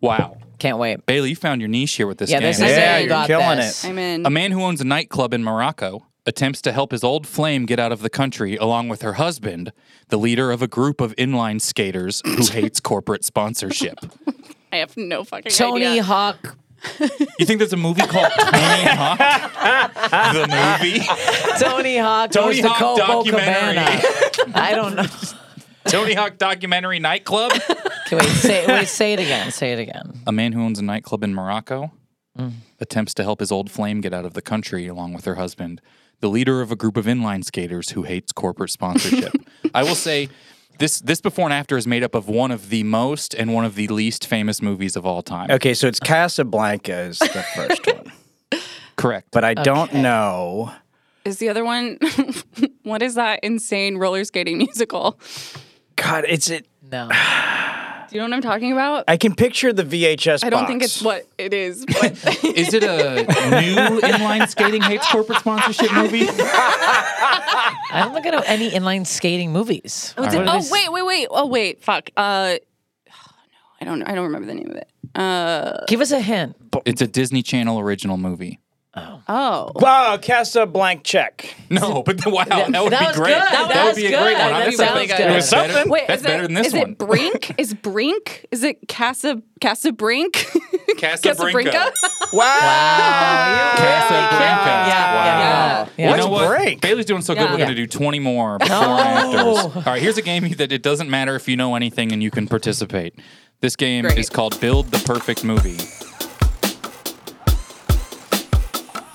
Speaker 2: Wow.
Speaker 3: Can't wait.
Speaker 2: Bailey, you found your niche here with this
Speaker 3: Yeah,
Speaker 2: game.
Speaker 3: this is
Speaker 4: Yeah,
Speaker 3: it. You
Speaker 4: you're
Speaker 3: got
Speaker 4: killing
Speaker 3: this.
Speaker 6: I'm in.
Speaker 2: A man who owns a nightclub in Morocco attempts to help his old flame get out of the country along with her husband, the leader of a group of inline skaters who hates corporate sponsorship.
Speaker 6: I have no fucking
Speaker 3: Tony
Speaker 6: idea.
Speaker 3: Hawk.
Speaker 2: You think there's a movie called Tony Hawk? The movie?
Speaker 3: Tony Hawk.
Speaker 2: Tony
Speaker 3: goes to
Speaker 2: Hawk documentary.
Speaker 3: Copacabana. I don't know.
Speaker 2: Tony Hawk documentary nightclub?
Speaker 3: Okay, wait, say, wait, say it again. Say it again.
Speaker 2: A man who owns a nightclub in Morocco
Speaker 3: Mm.
Speaker 2: attempts to help his old flame get out of the country along with her husband, the leader of a group of inline skaters who hates corporate sponsorship. I will say this this before and after is made up of one of the most and one of the least famous movies of all
Speaker 3: Uh,
Speaker 2: time.
Speaker 4: okay, so it's Casablanca is the first one,
Speaker 2: Correct.
Speaker 4: but I don't know.
Speaker 6: Is the other one? what is that insane roller skating musical?
Speaker 4: God, it's it.
Speaker 3: No.
Speaker 6: Do you know what I'm talking about? I,
Speaker 4: I can picture the VHS.
Speaker 6: don't
Speaker 4: box.
Speaker 6: think it's what it is. But
Speaker 2: Is it a new inline skating hates corporate sponsorship movie?
Speaker 3: I don't look at any inline skating movies.
Speaker 6: What's it- Oh wait, wait, wait. Oh wait, fuck. Uh, oh, no, I don't. I don't remember the name of it. Uh,
Speaker 3: Give us a hint.
Speaker 2: It's a Disney Channel original movie.
Speaker 6: Oh.
Speaker 4: Wow, cast a blank check.
Speaker 2: No, but wow, that, would
Speaker 3: that
Speaker 2: be
Speaker 3: was
Speaker 2: great.
Speaker 3: good.
Speaker 2: That,
Speaker 3: That
Speaker 2: would be a great
Speaker 3: was good.
Speaker 2: one.
Speaker 3: That
Speaker 2: I'm excited.
Speaker 3: sounds
Speaker 2: That
Speaker 3: good.
Speaker 2: was
Speaker 4: Something.
Speaker 2: better-
Speaker 6: Wait,
Speaker 2: That's
Speaker 6: is
Speaker 2: better
Speaker 6: it,
Speaker 2: than this
Speaker 6: is
Speaker 2: one.
Speaker 6: it Brink? is Brink? Is it Casa Casa Brink?
Speaker 2: Casabrinca.
Speaker 4: Wow.
Speaker 2: Casablanca.
Speaker 3: Yeah,
Speaker 2: wow.
Speaker 3: yeah, yeah.
Speaker 2: You
Speaker 4: Let's
Speaker 2: know what?
Speaker 4: break.
Speaker 2: Bailey's doing so good. We're
Speaker 3: Yeah.
Speaker 2: going to do 20 more before and afters. All right, here's a game that it doesn't matter if you know anything and you can participate. This game
Speaker 6: Great.
Speaker 2: is called Build the Perfect Movie.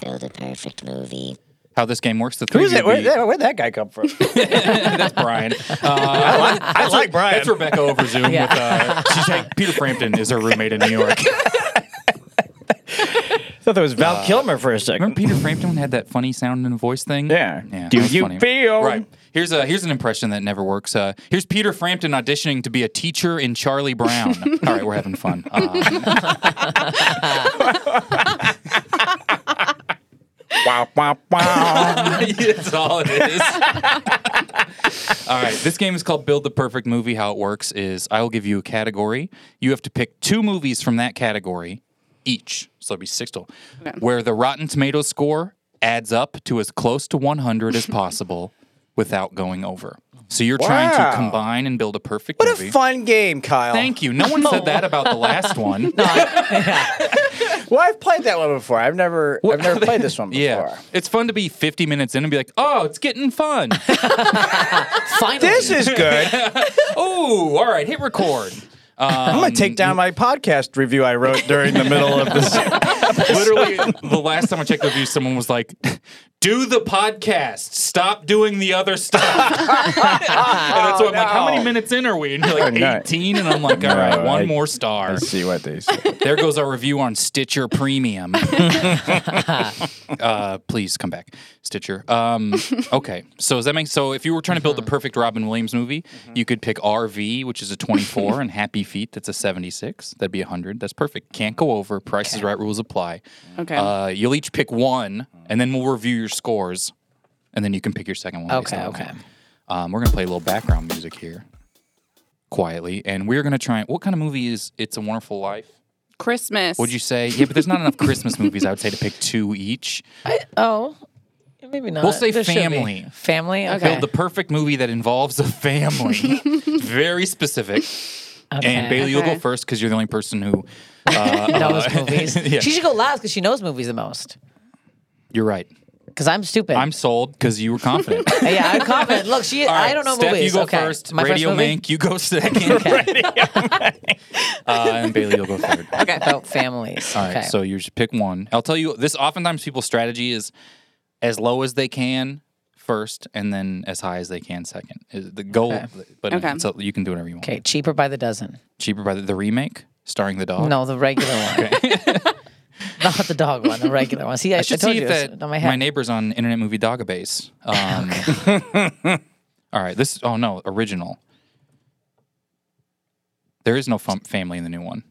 Speaker 9: Build a perfect movie.
Speaker 2: How this game works, the three
Speaker 4: Who's
Speaker 2: of you
Speaker 4: that? Where,
Speaker 2: be-
Speaker 4: that- where'd that guy come from?
Speaker 2: That's Brian. Uh, I like,
Speaker 4: I like Brian.
Speaker 2: That's Rebecca over Zoom.
Speaker 3: Yeah.
Speaker 2: With, uh, she's like, Peter Frampton is her roommate in New York.
Speaker 4: thought that was Val Kilmer for a
Speaker 2: Remember
Speaker 4: second.
Speaker 2: Peter Frampton had that funny sound and voice thing?
Speaker 4: Yeah.
Speaker 2: yeah
Speaker 4: Do
Speaker 2: that was
Speaker 4: you
Speaker 2: funny.
Speaker 4: feel-
Speaker 2: Right. Here's a here's an impression that never works. Uh, here's Peter Frampton auditioning to be a teacher in Charlie Brown. All right, we're having fun. Um,
Speaker 4: wow, wow, wow.
Speaker 2: That's all it is. all right, this game is called Build the Perfect Movie. How it works is I will give you a category. You have to pick two movies from that category each. So it'll be six total. Where the Rotten Tomatoes score adds up to as close to 100 as possible without going over. So you're trying to
Speaker 4: Wow.
Speaker 2: combine and build a perfect
Speaker 4: what a
Speaker 2: movie.
Speaker 4: fun game, Kyle.
Speaker 2: Thank you. No one said that about the last one.
Speaker 4: Well, I've played that one before. I've never, I've never played this one before.
Speaker 2: Yeah. It's fun to be 50 minutes in and be like, "Oh, it's getting fun."
Speaker 3: Finally.
Speaker 4: This is good.
Speaker 2: Um, oh, all right, hit record.
Speaker 4: I'm gonna take down my podcast review I wrote during the middle of this.
Speaker 2: Literally, the last time I checked the review, someone was like, "Do the podcast. Stop doing the other stuff." and that's why I'm like, "How
Speaker 4: no.
Speaker 2: many minutes in are we?" And they're like,
Speaker 4: No.
Speaker 2: 18. And I'm like, "All right,
Speaker 4: No,
Speaker 2: one
Speaker 4: I-
Speaker 2: more star."
Speaker 4: see what they say.
Speaker 2: there goes our review on Stitcher Premium. uh, please come back, Stitcher. Um, okay, so does that make so? If you were trying to build
Speaker 3: Mm-hmm.
Speaker 2: the perfect Robin Williams movie, you could pick RV, which is a 24, and Happy Feet, that's a 76. That'd be 100. That's perfect. Can't go over. Price is right. Rules apply.
Speaker 6: Okay.
Speaker 2: Uh, you'll each pick one, and then we'll review your scores, and then you can pick your second one. based
Speaker 3: Okay,
Speaker 2: on
Speaker 3: okay.
Speaker 2: that. Um, we're gonna play a little background music here, quietly, and we're gonna try. What kind of movie is "It's a Wonderful Life"?
Speaker 6: Christmas.
Speaker 2: Would you say? Yeah, but there's not enough Christmas movies. I would say to pick two each.
Speaker 3: Oh, maybe not.
Speaker 2: We'll say
Speaker 3: There should be.
Speaker 2: family.
Speaker 3: Family. Okay.
Speaker 2: Build the perfect movie that involves a family. Very specific. And Bailey, you'll go
Speaker 6: Okay.
Speaker 2: first because you're the only person who uh,
Speaker 3: knows
Speaker 2: uh,
Speaker 3: movies.
Speaker 2: yeah,
Speaker 3: She should go last because she knows movies the most.
Speaker 2: you're right.
Speaker 3: Because I'm stupid.
Speaker 2: I'm sold because you were confident.
Speaker 3: yeah, I'm confident. Look, she.
Speaker 2: All right,
Speaker 3: I don't know
Speaker 2: Steph, You
Speaker 3: movies.
Speaker 2: go
Speaker 3: okay.
Speaker 2: first.
Speaker 3: My
Speaker 2: Radio
Speaker 3: first movie?
Speaker 2: Mank, you go second. uh, and Bailey, you'll go third.
Speaker 3: Okay. About families.
Speaker 2: All right,
Speaker 3: okay.
Speaker 2: so you just pick one. I'll tell you this. Oftentimes, people's strategy is as low as they can first, and then as high as they can second. Is the goal, but
Speaker 6: Okay.
Speaker 2: it's a- you can do whatever you want.
Speaker 3: okay. Cheaper by the dozen.
Speaker 2: Cheaper by the, the remake starring the dog.
Speaker 3: No, the regular one. Not the dog one. The regular one. See, I,
Speaker 2: I should
Speaker 3: told
Speaker 2: see
Speaker 3: you
Speaker 2: if
Speaker 3: it's
Speaker 2: that
Speaker 3: on
Speaker 2: my,
Speaker 3: my head.
Speaker 2: neighbors on Internet Movie Database. Um, all right, this. Oh no, original. There is no fam- family in the new one.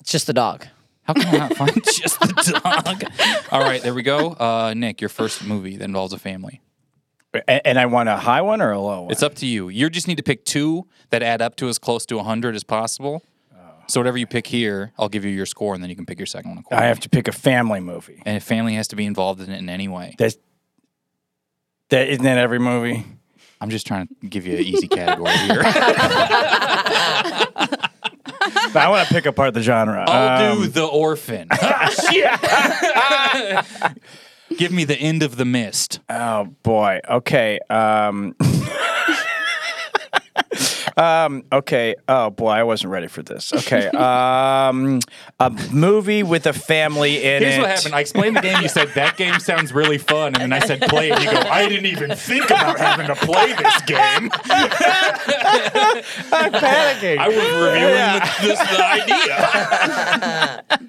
Speaker 3: it's just the dog.
Speaker 2: How can I not find just the dog? All right, there we go. Uh, Nick, your first movie that involves a family.
Speaker 4: And, and I want a high one or a low one.
Speaker 2: It's up to you. You just need to pick two that add up to as close to 100 as possible. so whatever you pick here, I'll give you your score, and then you can pick your second one.
Speaker 4: I have to pick a family movie.
Speaker 2: And if family has to be involved in it in any way,
Speaker 4: That's that isn't that every movie.
Speaker 2: I'm just trying to give you an easy category here.
Speaker 4: But I want to pick apart the genre.
Speaker 2: I'll
Speaker 4: Um, Ah,
Speaker 2: do The Orphan. give me The End of the Mist.
Speaker 4: Oh boy. Okay. Um, um, okay. Oh boy, I wasn't ready for this. Okay. Um, a movie with a family in
Speaker 2: Here's
Speaker 4: it.
Speaker 2: what happened. I explained the game. You said that game sounds really fun, and then I said play it. You go. I didn't even think about having to play this game.
Speaker 4: I'm panicking.
Speaker 2: I was reviewing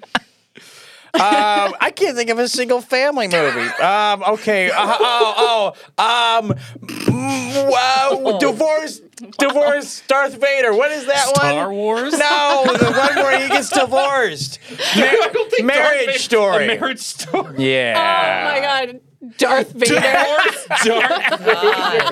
Speaker 2: the, this, the idea.
Speaker 4: um, I can't think of a single family movie. Um, okay. Uh, oh, oh. Um, mm, wow, divorce, divorce. Darth Vader. What is that one?
Speaker 2: Star Wars?
Speaker 4: No, the one where he gets divorced. Mar- marriage story.
Speaker 2: A marriage story.
Speaker 4: Yeah.
Speaker 6: Oh my god. Darth
Speaker 4: Oh,
Speaker 6: Vader.
Speaker 2: Dark
Speaker 3: God's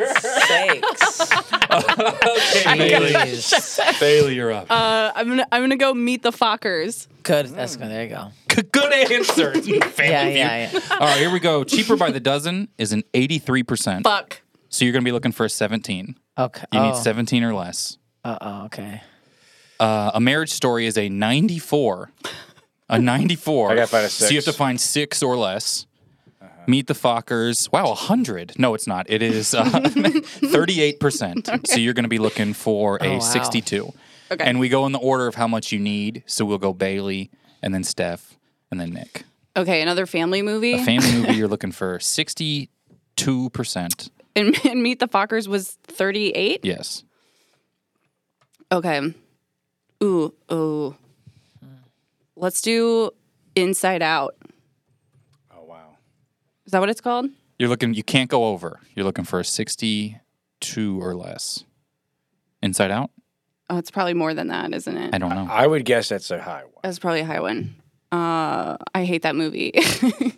Speaker 3: sakes. Jeez.
Speaker 2: Bailey, you're up.
Speaker 6: Uh, I'm gonna I'm gonna go meet the Fockers.
Speaker 3: Good. That's good. There you go.
Speaker 2: Good answer. It's a fan
Speaker 3: Yeah,
Speaker 2: of you.
Speaker 3: yeah, yeah.
Speaker 2: All right, here we go. Cheaper by the dozen is an 83%.
Speaker 6: Fuck.
Speaker 2: So you're going to be looking for a 17.
Speaker 3: Okay.
Speaker 2: You
Speaker 3: oh.
Speaker 2: need 17 or less.
Speaker 3: Uh-oh, okay.
Speaker 2: Uh, a marriage story is a 94. A 94.
Speaker 4: I gotta find a
Speaker 2: So you have
Speaker 4: six.
Speaker 2: to find six or less. Meet the Fockers. Wow, 100. No, it's not. It is uh, 38%. So you're going to be looking for a
Speaker 3: Oh, wow.
Speaker 2: 62.
Speaker 6: Okay.
Speaker 2: And we go in the order of how much you need. So we'll go Bailey and then Steph and then Nick.
Speaker 6: Okay, another family movie.
Speaker 2: A family movie you're looking for 62%.
Speaker 6: and, and Meet the Fockers was 38.
Speaker 2: Yes.
Speaker 6: Okay. Ooh, ooh. Let's do Inside Out.
Speaker 4: Oh wow.
Speaker 6: Is that what it's called?
Speaker 2: You're looking. You can't go over. You're looking for a 62 or less. Inside Out.
Speaker 6: Oh, it's probably more than that, isn't it?
Speaker 2: I don't know.
Speaker 4: I would guess that's a high one.
Speaker 6: That's probably a high one. Uh, I hate that movie. okay.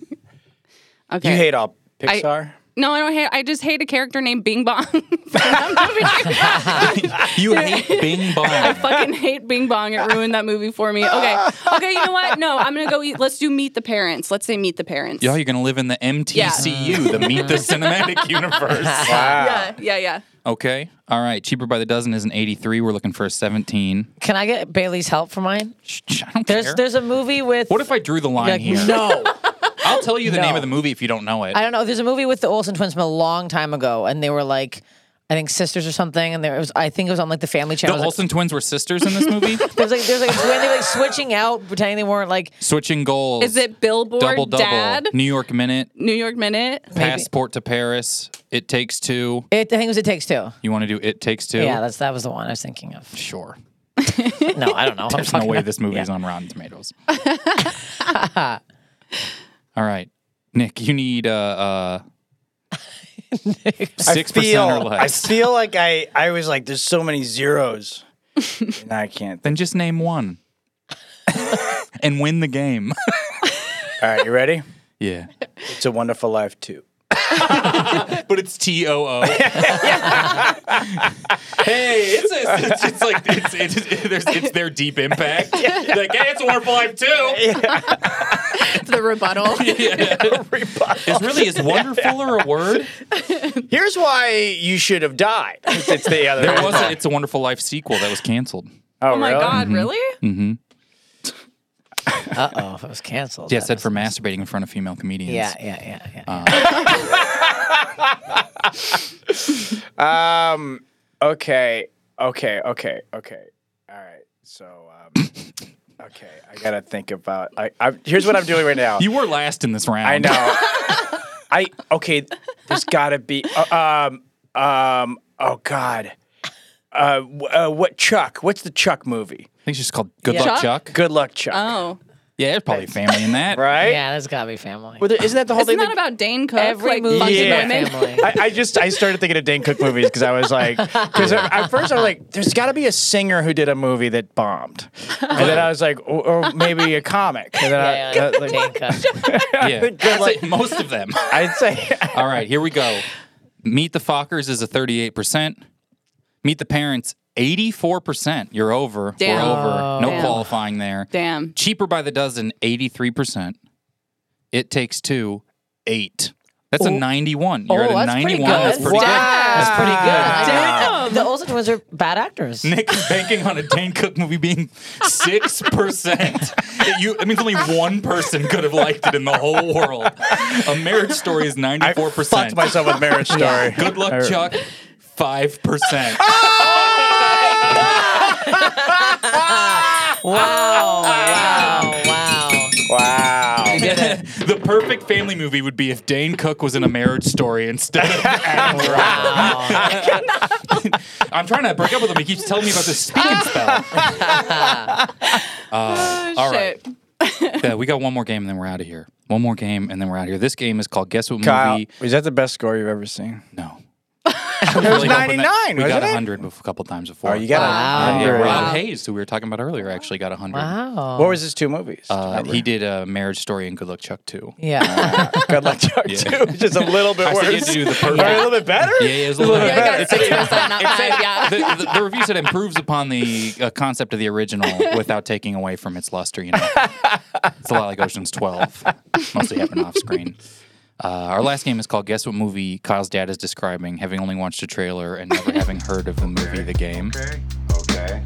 Speaker 4: You hate all
Speaker 6: I-
Speaker 4: Pixar?
Speaker 6: No, I don't hate. I just hate a character named Bing Bong. from that movie.
Speaker 2: You hate Bing Bong.
Speaker 6: fucking hate Bing Bong. It ruined that movie for me. Okay. Okay, you know what? No, I'm going to go eat. Let's do Meet the Parents. Let's say Meet the Parents.
Speaker 2: Y'all, you're gonna live in the MTCU, the Meet the Cinematic Universe.
Speaker 4: wow.
Speaker 6: yeah, yeah, yeah.
Speaker 2: Okay. All right. Cheaper by the dozen is an 83. We're looking for a 17.
Speaker 3: Can I get Bailey's help for mine?
Speaker 2: Shh, shh, I don't
Speaker 3: There's
Speaker 2: care.
Speaker 3: there's a movie with
Speaker 2: what if I drew the line
Speaker 3: like,
Speaker 2: here?
Speaker 3: No.
Speaker 2: I'll tell you the
Speaker 3: No.
Speaker 2: name of the movie if you don't know it.
Speaker 3: I don't know. There's a movie with the Olsen twins from a long time ago and they were like I think sisters or something and there it was I think it was on like the family
Speaker 2: the
Speaker 3: channel. It was,
Speaker 2: Olsen twins were sisters in this movie.
Speaker 3: like, there's like there's like a twin they were like switching out pretending they weren't like
Speaker 2: Switching goals.
Speaker 6: Is it Billboard
Speaker 2: double double?
Speaker 6: Dad?
Speaker 2: New York Minute.
Speaker 6: New York Minute?
Speaker 2: Passport to Paris. It takes two.
Speaker 3: it, I think it was it takes two.
Speaker 2: You want to do It Takes Two?
Speaker 3: Yeah, that's that was the one I was thinking of.
Speaker 2: sure.
Speaker 3: No, I don't know.
Speaker 2: There's no way this movie is on Rotten Tomatoes. All right, Nick, you need uh, uh,
Speaker 4: I
Speaker 2: six percent or
Speaker 4: feel-
Speaker 2: less.
Speaker 4: I feel like I, I was like, there's so many zeros. and I can't.
Speaker 2: then just name one and win the game.
Speaker 4: All right, you ready?
Speaker 2: yeah,
Speaker 4: It's a Wonderful Life too.
Speaker 2: but it's T O O. Hey, it's, it's, it's like it's, it's, it's, there's, it's their deep impact. Like, hey, it's a wonderful life too.
Speaker 6: The rebuttal.
Speaker 2: Is really is wonderful or a word?
Speaker 4: Here's why you should have died. It's, it's the other.
Speaker 2: There was a It's a Wonderful Life sequel that was canceled.
Speaker 6: Oh my God, really?
Speaker 3: Uh oh, it was canceled.
Speaker 2: Yeah, it
Speaker 3: That
Speaker 2: said
Speaker 3: was-
Speaker 2: for Uh. masturbating in front of female comedians.
Speaker 3: Yeah, yeah, yeah, yeah.
Speaker 4: Um. Okay. Okay. Okay. Okay. All right. So. Um, okay. I gotta think about. I, I. Here's what I'm doing right now.
Speaker 2: You were last in this round.
Speaker 4: I know. I okay. There's gotta be. Uh, um. Um. Oh God. Uh, w- uh. What Chuck? What's the Chuck movie?
Speaker 2: I think it's just called Good
Speaker 3: Yeah.
Speaker 2: Luck Chuck.
Speaker 6: Chuck?
Speaker 4: Good Luck Chuck.
Speaker 6: Oh.
Speaker 2: Yeah, there's probably family in that.
Speaker 4: Right.
Speaker 3: yeah, that's gotta be family.
Speaker 4: Well, there, isn't that the whole
Speaker 6: Isn't
Speaker 4: thing?
Speaker 6: that
Speaker 4: that-
Speaker 6: about Dane Cook?
Speaker 3: Every
Speaker 6: like,
Speaker 3: movie
Speaker 6: fucking
Speaker 3: is
Speaker 4: Yeah.
Speaker 3: about
Speaker 6: women?
Speaker 3: family.
Speaker 4: I, I just I started thinking of Dane Cook movies because I was like, because at first I was like, there's got to be a singer who did a movie that bombed, and then I was like, or, or maybe a comic, and then
Speaker 3: yeah,
Speaker 4: I,
Speaker 3: yeah,
Speaker 4: that-
Speaker 3: like,
Speaker 4: like,
Speaker 3: Dane Cook.
Speaker 2: Yeah. That's it, most of them.
Speaker 4: I'd say
Speaker 2: All right, here we go. Meet the Fockers is a 38%. Meet the Parents, 84%. You're over.
Speaker 6: Damn.
Speaker 2: We're over. No
Speaker 6: Damn.
Speaker 2: qualifying there.
Speaker 6: Damn.
Speaker 2: Cheaper by the dozen, 83%. It takes two, eight. That's a 91. You're at a
Speaker 3: Oh, that's
Speaker 2: 91.
Speaker 3: pretty
Speaker 2: That's
Speaker 3: good.
Speaker 2: pretty
Speaker 3: That's pretty good. I-
Speaker 6: Damn.
Speaker 3: The Olsen twins are bad actors.
Speaker 2: good. Nick is banking on a Dane Cook movie being 6%. It- you, that means only one person could have liked it in the whole world. A marriage story is 94%.
Speaker 4: I fucked myself with Marriage Story.
Speaker 2: Good luck,
Speaker 4: I-
Speaker 2: Chuck. Five percent.
Speaker 3: Wow, wow, wow.
Speaker 4: Wow.
Speaker 2: the perfect family movie would be if Dane Cook was in a marriage story instead of Adam Driver. I'm trying to break up with him. He keeps telling me about this speaking spell. Uh,
Speaker 6: Oh,
Speaker 2: all
Speaker 6: shit.
Speaker 2: Yeah, we got one more game and then we're out of here. One more game and then we're out of here. This game is called Guess What
Speaker 4: Kyle,
Speaker 2: Movie?
Speaker 4: is that the best score you've ever seen?
Speaker 2: No.
Speaker 4: It was
Speaker 1: Really hoping
Speaker 4: 99,
Speaker 1: that- We got
Speaker 4: wasn't it?
Speaker 1: 100 bef- a couple times before. Uh,
Speaker 4: Oh, you got
Speaker 3: Wow.
Speaker 1: Yeah,
Speaker 4: a
Speaker 1: yeah,
Speaker 4: number.
Speaker 1: Rob Hayes, who we were talking about earlier, actually got 100.
Speaker 3: Wow.
Speaker 4: What was his two movies?
Speaker 1: Uh,
Speaker 4: Number.
Speaker 1: he did a Marriage Story and Good Luck Chuck too.
Speaker 3: Yeah.
Speaker 4: Good Luck Chuck
Speaker 1: Yeah.
Speaker 4: 2. Just a little bit
Speaker 1: I said you had
Speaker 4: worse.
Speaker 1: to do the perfect.
Speaker 4: Or a little bit better?
Speaker 1: Yeah, yeah, it was a little bit
Speaker 6: Yeah,
Speaker 1: better.
Speaker 6: you got six percent, not five. Yeah.
Speaker 1: the, the, the review said it improves upon the uh, concept of the original without taking away from its luster. You know, it's a lot like Ocean's Twelve, mostly happened off screen. Uh, our last game is called Guess What Movie Kyle's Dad is Describing, having only watched a trailer and never having heard of the movie The Game.
Speaker 7: Okay.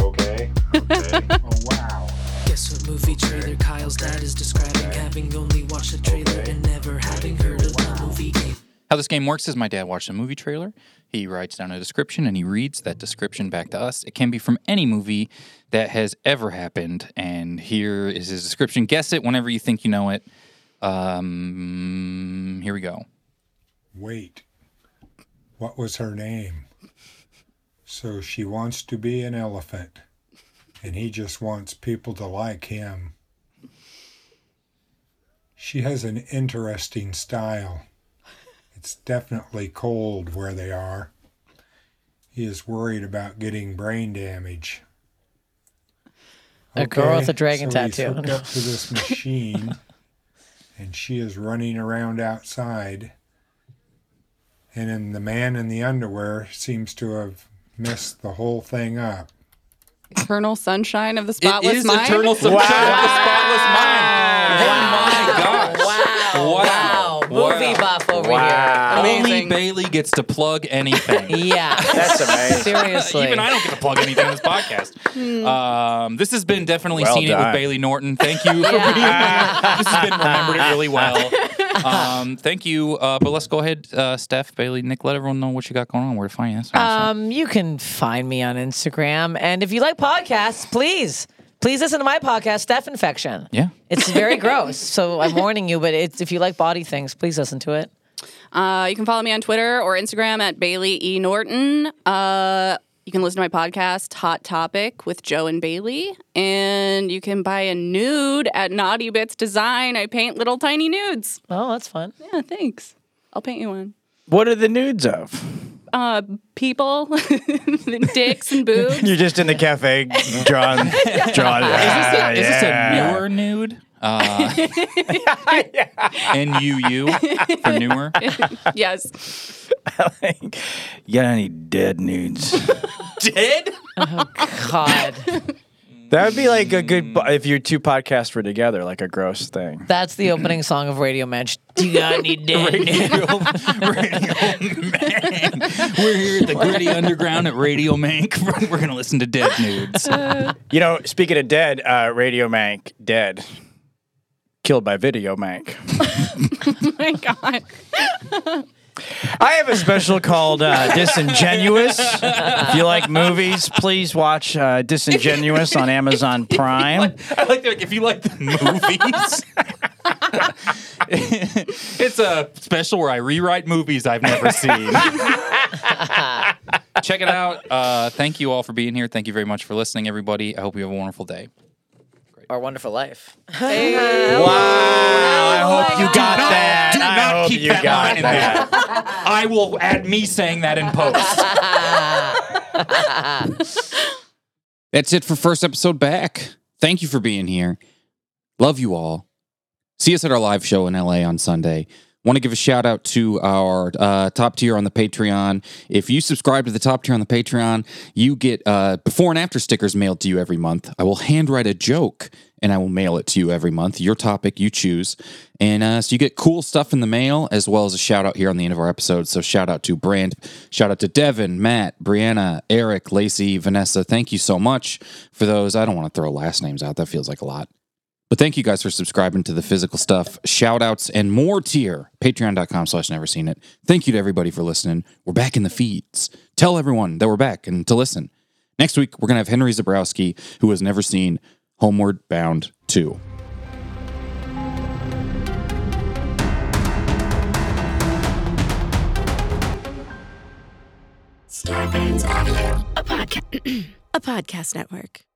Speaker 7: Okay. Okay. Okay. oh wow.
Speaker 10: Guess what movie trailer Kyle's dad is describing? Having only watched the trailer and never having heard of the movie game.
Speaker 1: How this game works is my dad watched a movie trailer. He writes down a description and he reads that description back to us. It can be from any movie that has ever happened. And here is his description. Guess it whenever you think you know it. Um, here we go.
Speaker 7: Wait. What was her name? So she wants to be an elephant, and he just wants people to like him. She has an interesting style. It's definitely cold where they are. He is worried about getting brain damage.
Speaker 3: A girl with a dragon
Speaker 7: so he's
Speaker 3: tattoo.
Speaker 7: hooked up to this machine, and she is running around outside. And then the man in the underwear seems to have messed the whole thing up.
Speaker 6: Eternal Sunshine of the
Speaker 1: It
Speaker 6: Spotless
Speaker 1: is
Speaker 6: Mind.
Speaker 1: Eternal Sunshine of the Spotless Mind. Oh my gosh.
Speaker 3: Wow. Wow. Movie buff over
Speaker 4: Wow.
Speaker 1: Only
Speaker 6: Amazing.
Speaker 1: Bailey gets to plug anything.
Speaker 3: here. Yeah.
Speaker 4: That's amazing.
Speaker 3: Seriously.
Speaker 1: Even I don't get to plug anything in this podcast. Um, this has been definitely
Speaker 4: Well
Speaker 1: seen it with
Speaker 4: done.
Speaker 1: Bailey Norton. Thank you for being here. This has been remembered it really well. Um, thank you. Uh, but let's go ahead, uh, Steph, Bailey, Nick. Let everyone know what you got going on. Where to find us.
Speaker 3: Um, you can find me on Instagram. And if you like podcasts, please, please listen to my podcast, Staph Infection.
Speaker 1: yeah.
Speaker 3: It's very gross. So I'm warning you, but it's, if you like body things, please listen to it.
Speaker 6: Uh, you can follow me on Twitter or Instagram at Bailey E Norton. Uh, you can listen to my podcast Hot Topic with Joe and Bailey, and you can buy a nude at Naughty Bits Design. I paint little tiny nudes.
Speaker 3: Oh, that's fun.
Speaker 6: Yeah, thanks. I'll paint you one.
Speaker 4: What are the nudes of?
Speaker 6: Uh, people, dicks and boobs.
Speaker 4: You're just in the cafe, John. John.
Speaker 1: Is this a newer nude? Uh, NUU for newer.
Speaker 6: yes.
Speaker 4: You got any dead nudes?
Speaker 1: Did?
Speaker 3: God,
Speaker 4: That would be like a
Speaker 1: Hmm.
Speaker 4: good po- if your two podcasts were together, like a gross thing.
Speaker 3: that's the opening song of Radio Match. Do you got any dick?
Speaker 1: We're here at the Gritty Underground at Radio Mank. We're going to listen to Dead Nudes.
Speaker 4: You know, speaking of dead, uh, Radio Mank dead, killed by Video Mank.
Speaker 6: Oh My God.
Speaker 4: I have a special called uh, Disingenuous. If you like movies, please watch uh, Disingenuous on Amazon Prime.
Speaker 1: I like that. If you like the movies, it's a special where I rewrite movies I've never seen. Check it out. Uh, thank you all for being here. Thank you very much for listening, everybody. I hope you have a wonderful day.
Speaker 3: Our wonderful life.
Speaker 4: Wow! I hope you got that.
Speaker 1: Oh Do
Speaker 4: I
Speaker 1: not
Speaker 4: hope
Speaker 1: keep
Speaker 4: you
Speaker 1: that
Speaker 4: got
Speaker 1: line in
Speaker 4: that.
Speaker 1: there. I will add me saying that in post.
Speaker 2: That's it for first episode back. Thank you for being here. Love you all. See us at our live show in LA on Sunday. Want to give a shout out to our uh, top tier on the Patreon. If you subscribe to the top tier on the Patreon, you get uh, before and after stickers mailed to you every month. I will handwrite a joke and I will mail it to you every month. Your topic, you choose. And uh, so you get cool stuff in the mail as well as a shout out here on the end of our episode. So shout out to Brand, shout out to Devin, Matt, Brianna, Eric, Lacey, Vanessa. Thank you so much for those. I don't want to throw last names out, that feels like a lot. But thank you guys for subscribing to the physical stuff, shout outs, and more tier. Patreon.com slash never seen it. Thank you to everybody for listening. We're back in the feeds. Tell everyone that we're back and to listen. Next week, we're going to have Henry Zabrowski, who has never seen Homeward Bound 2.
Speaker 10: A podcast network.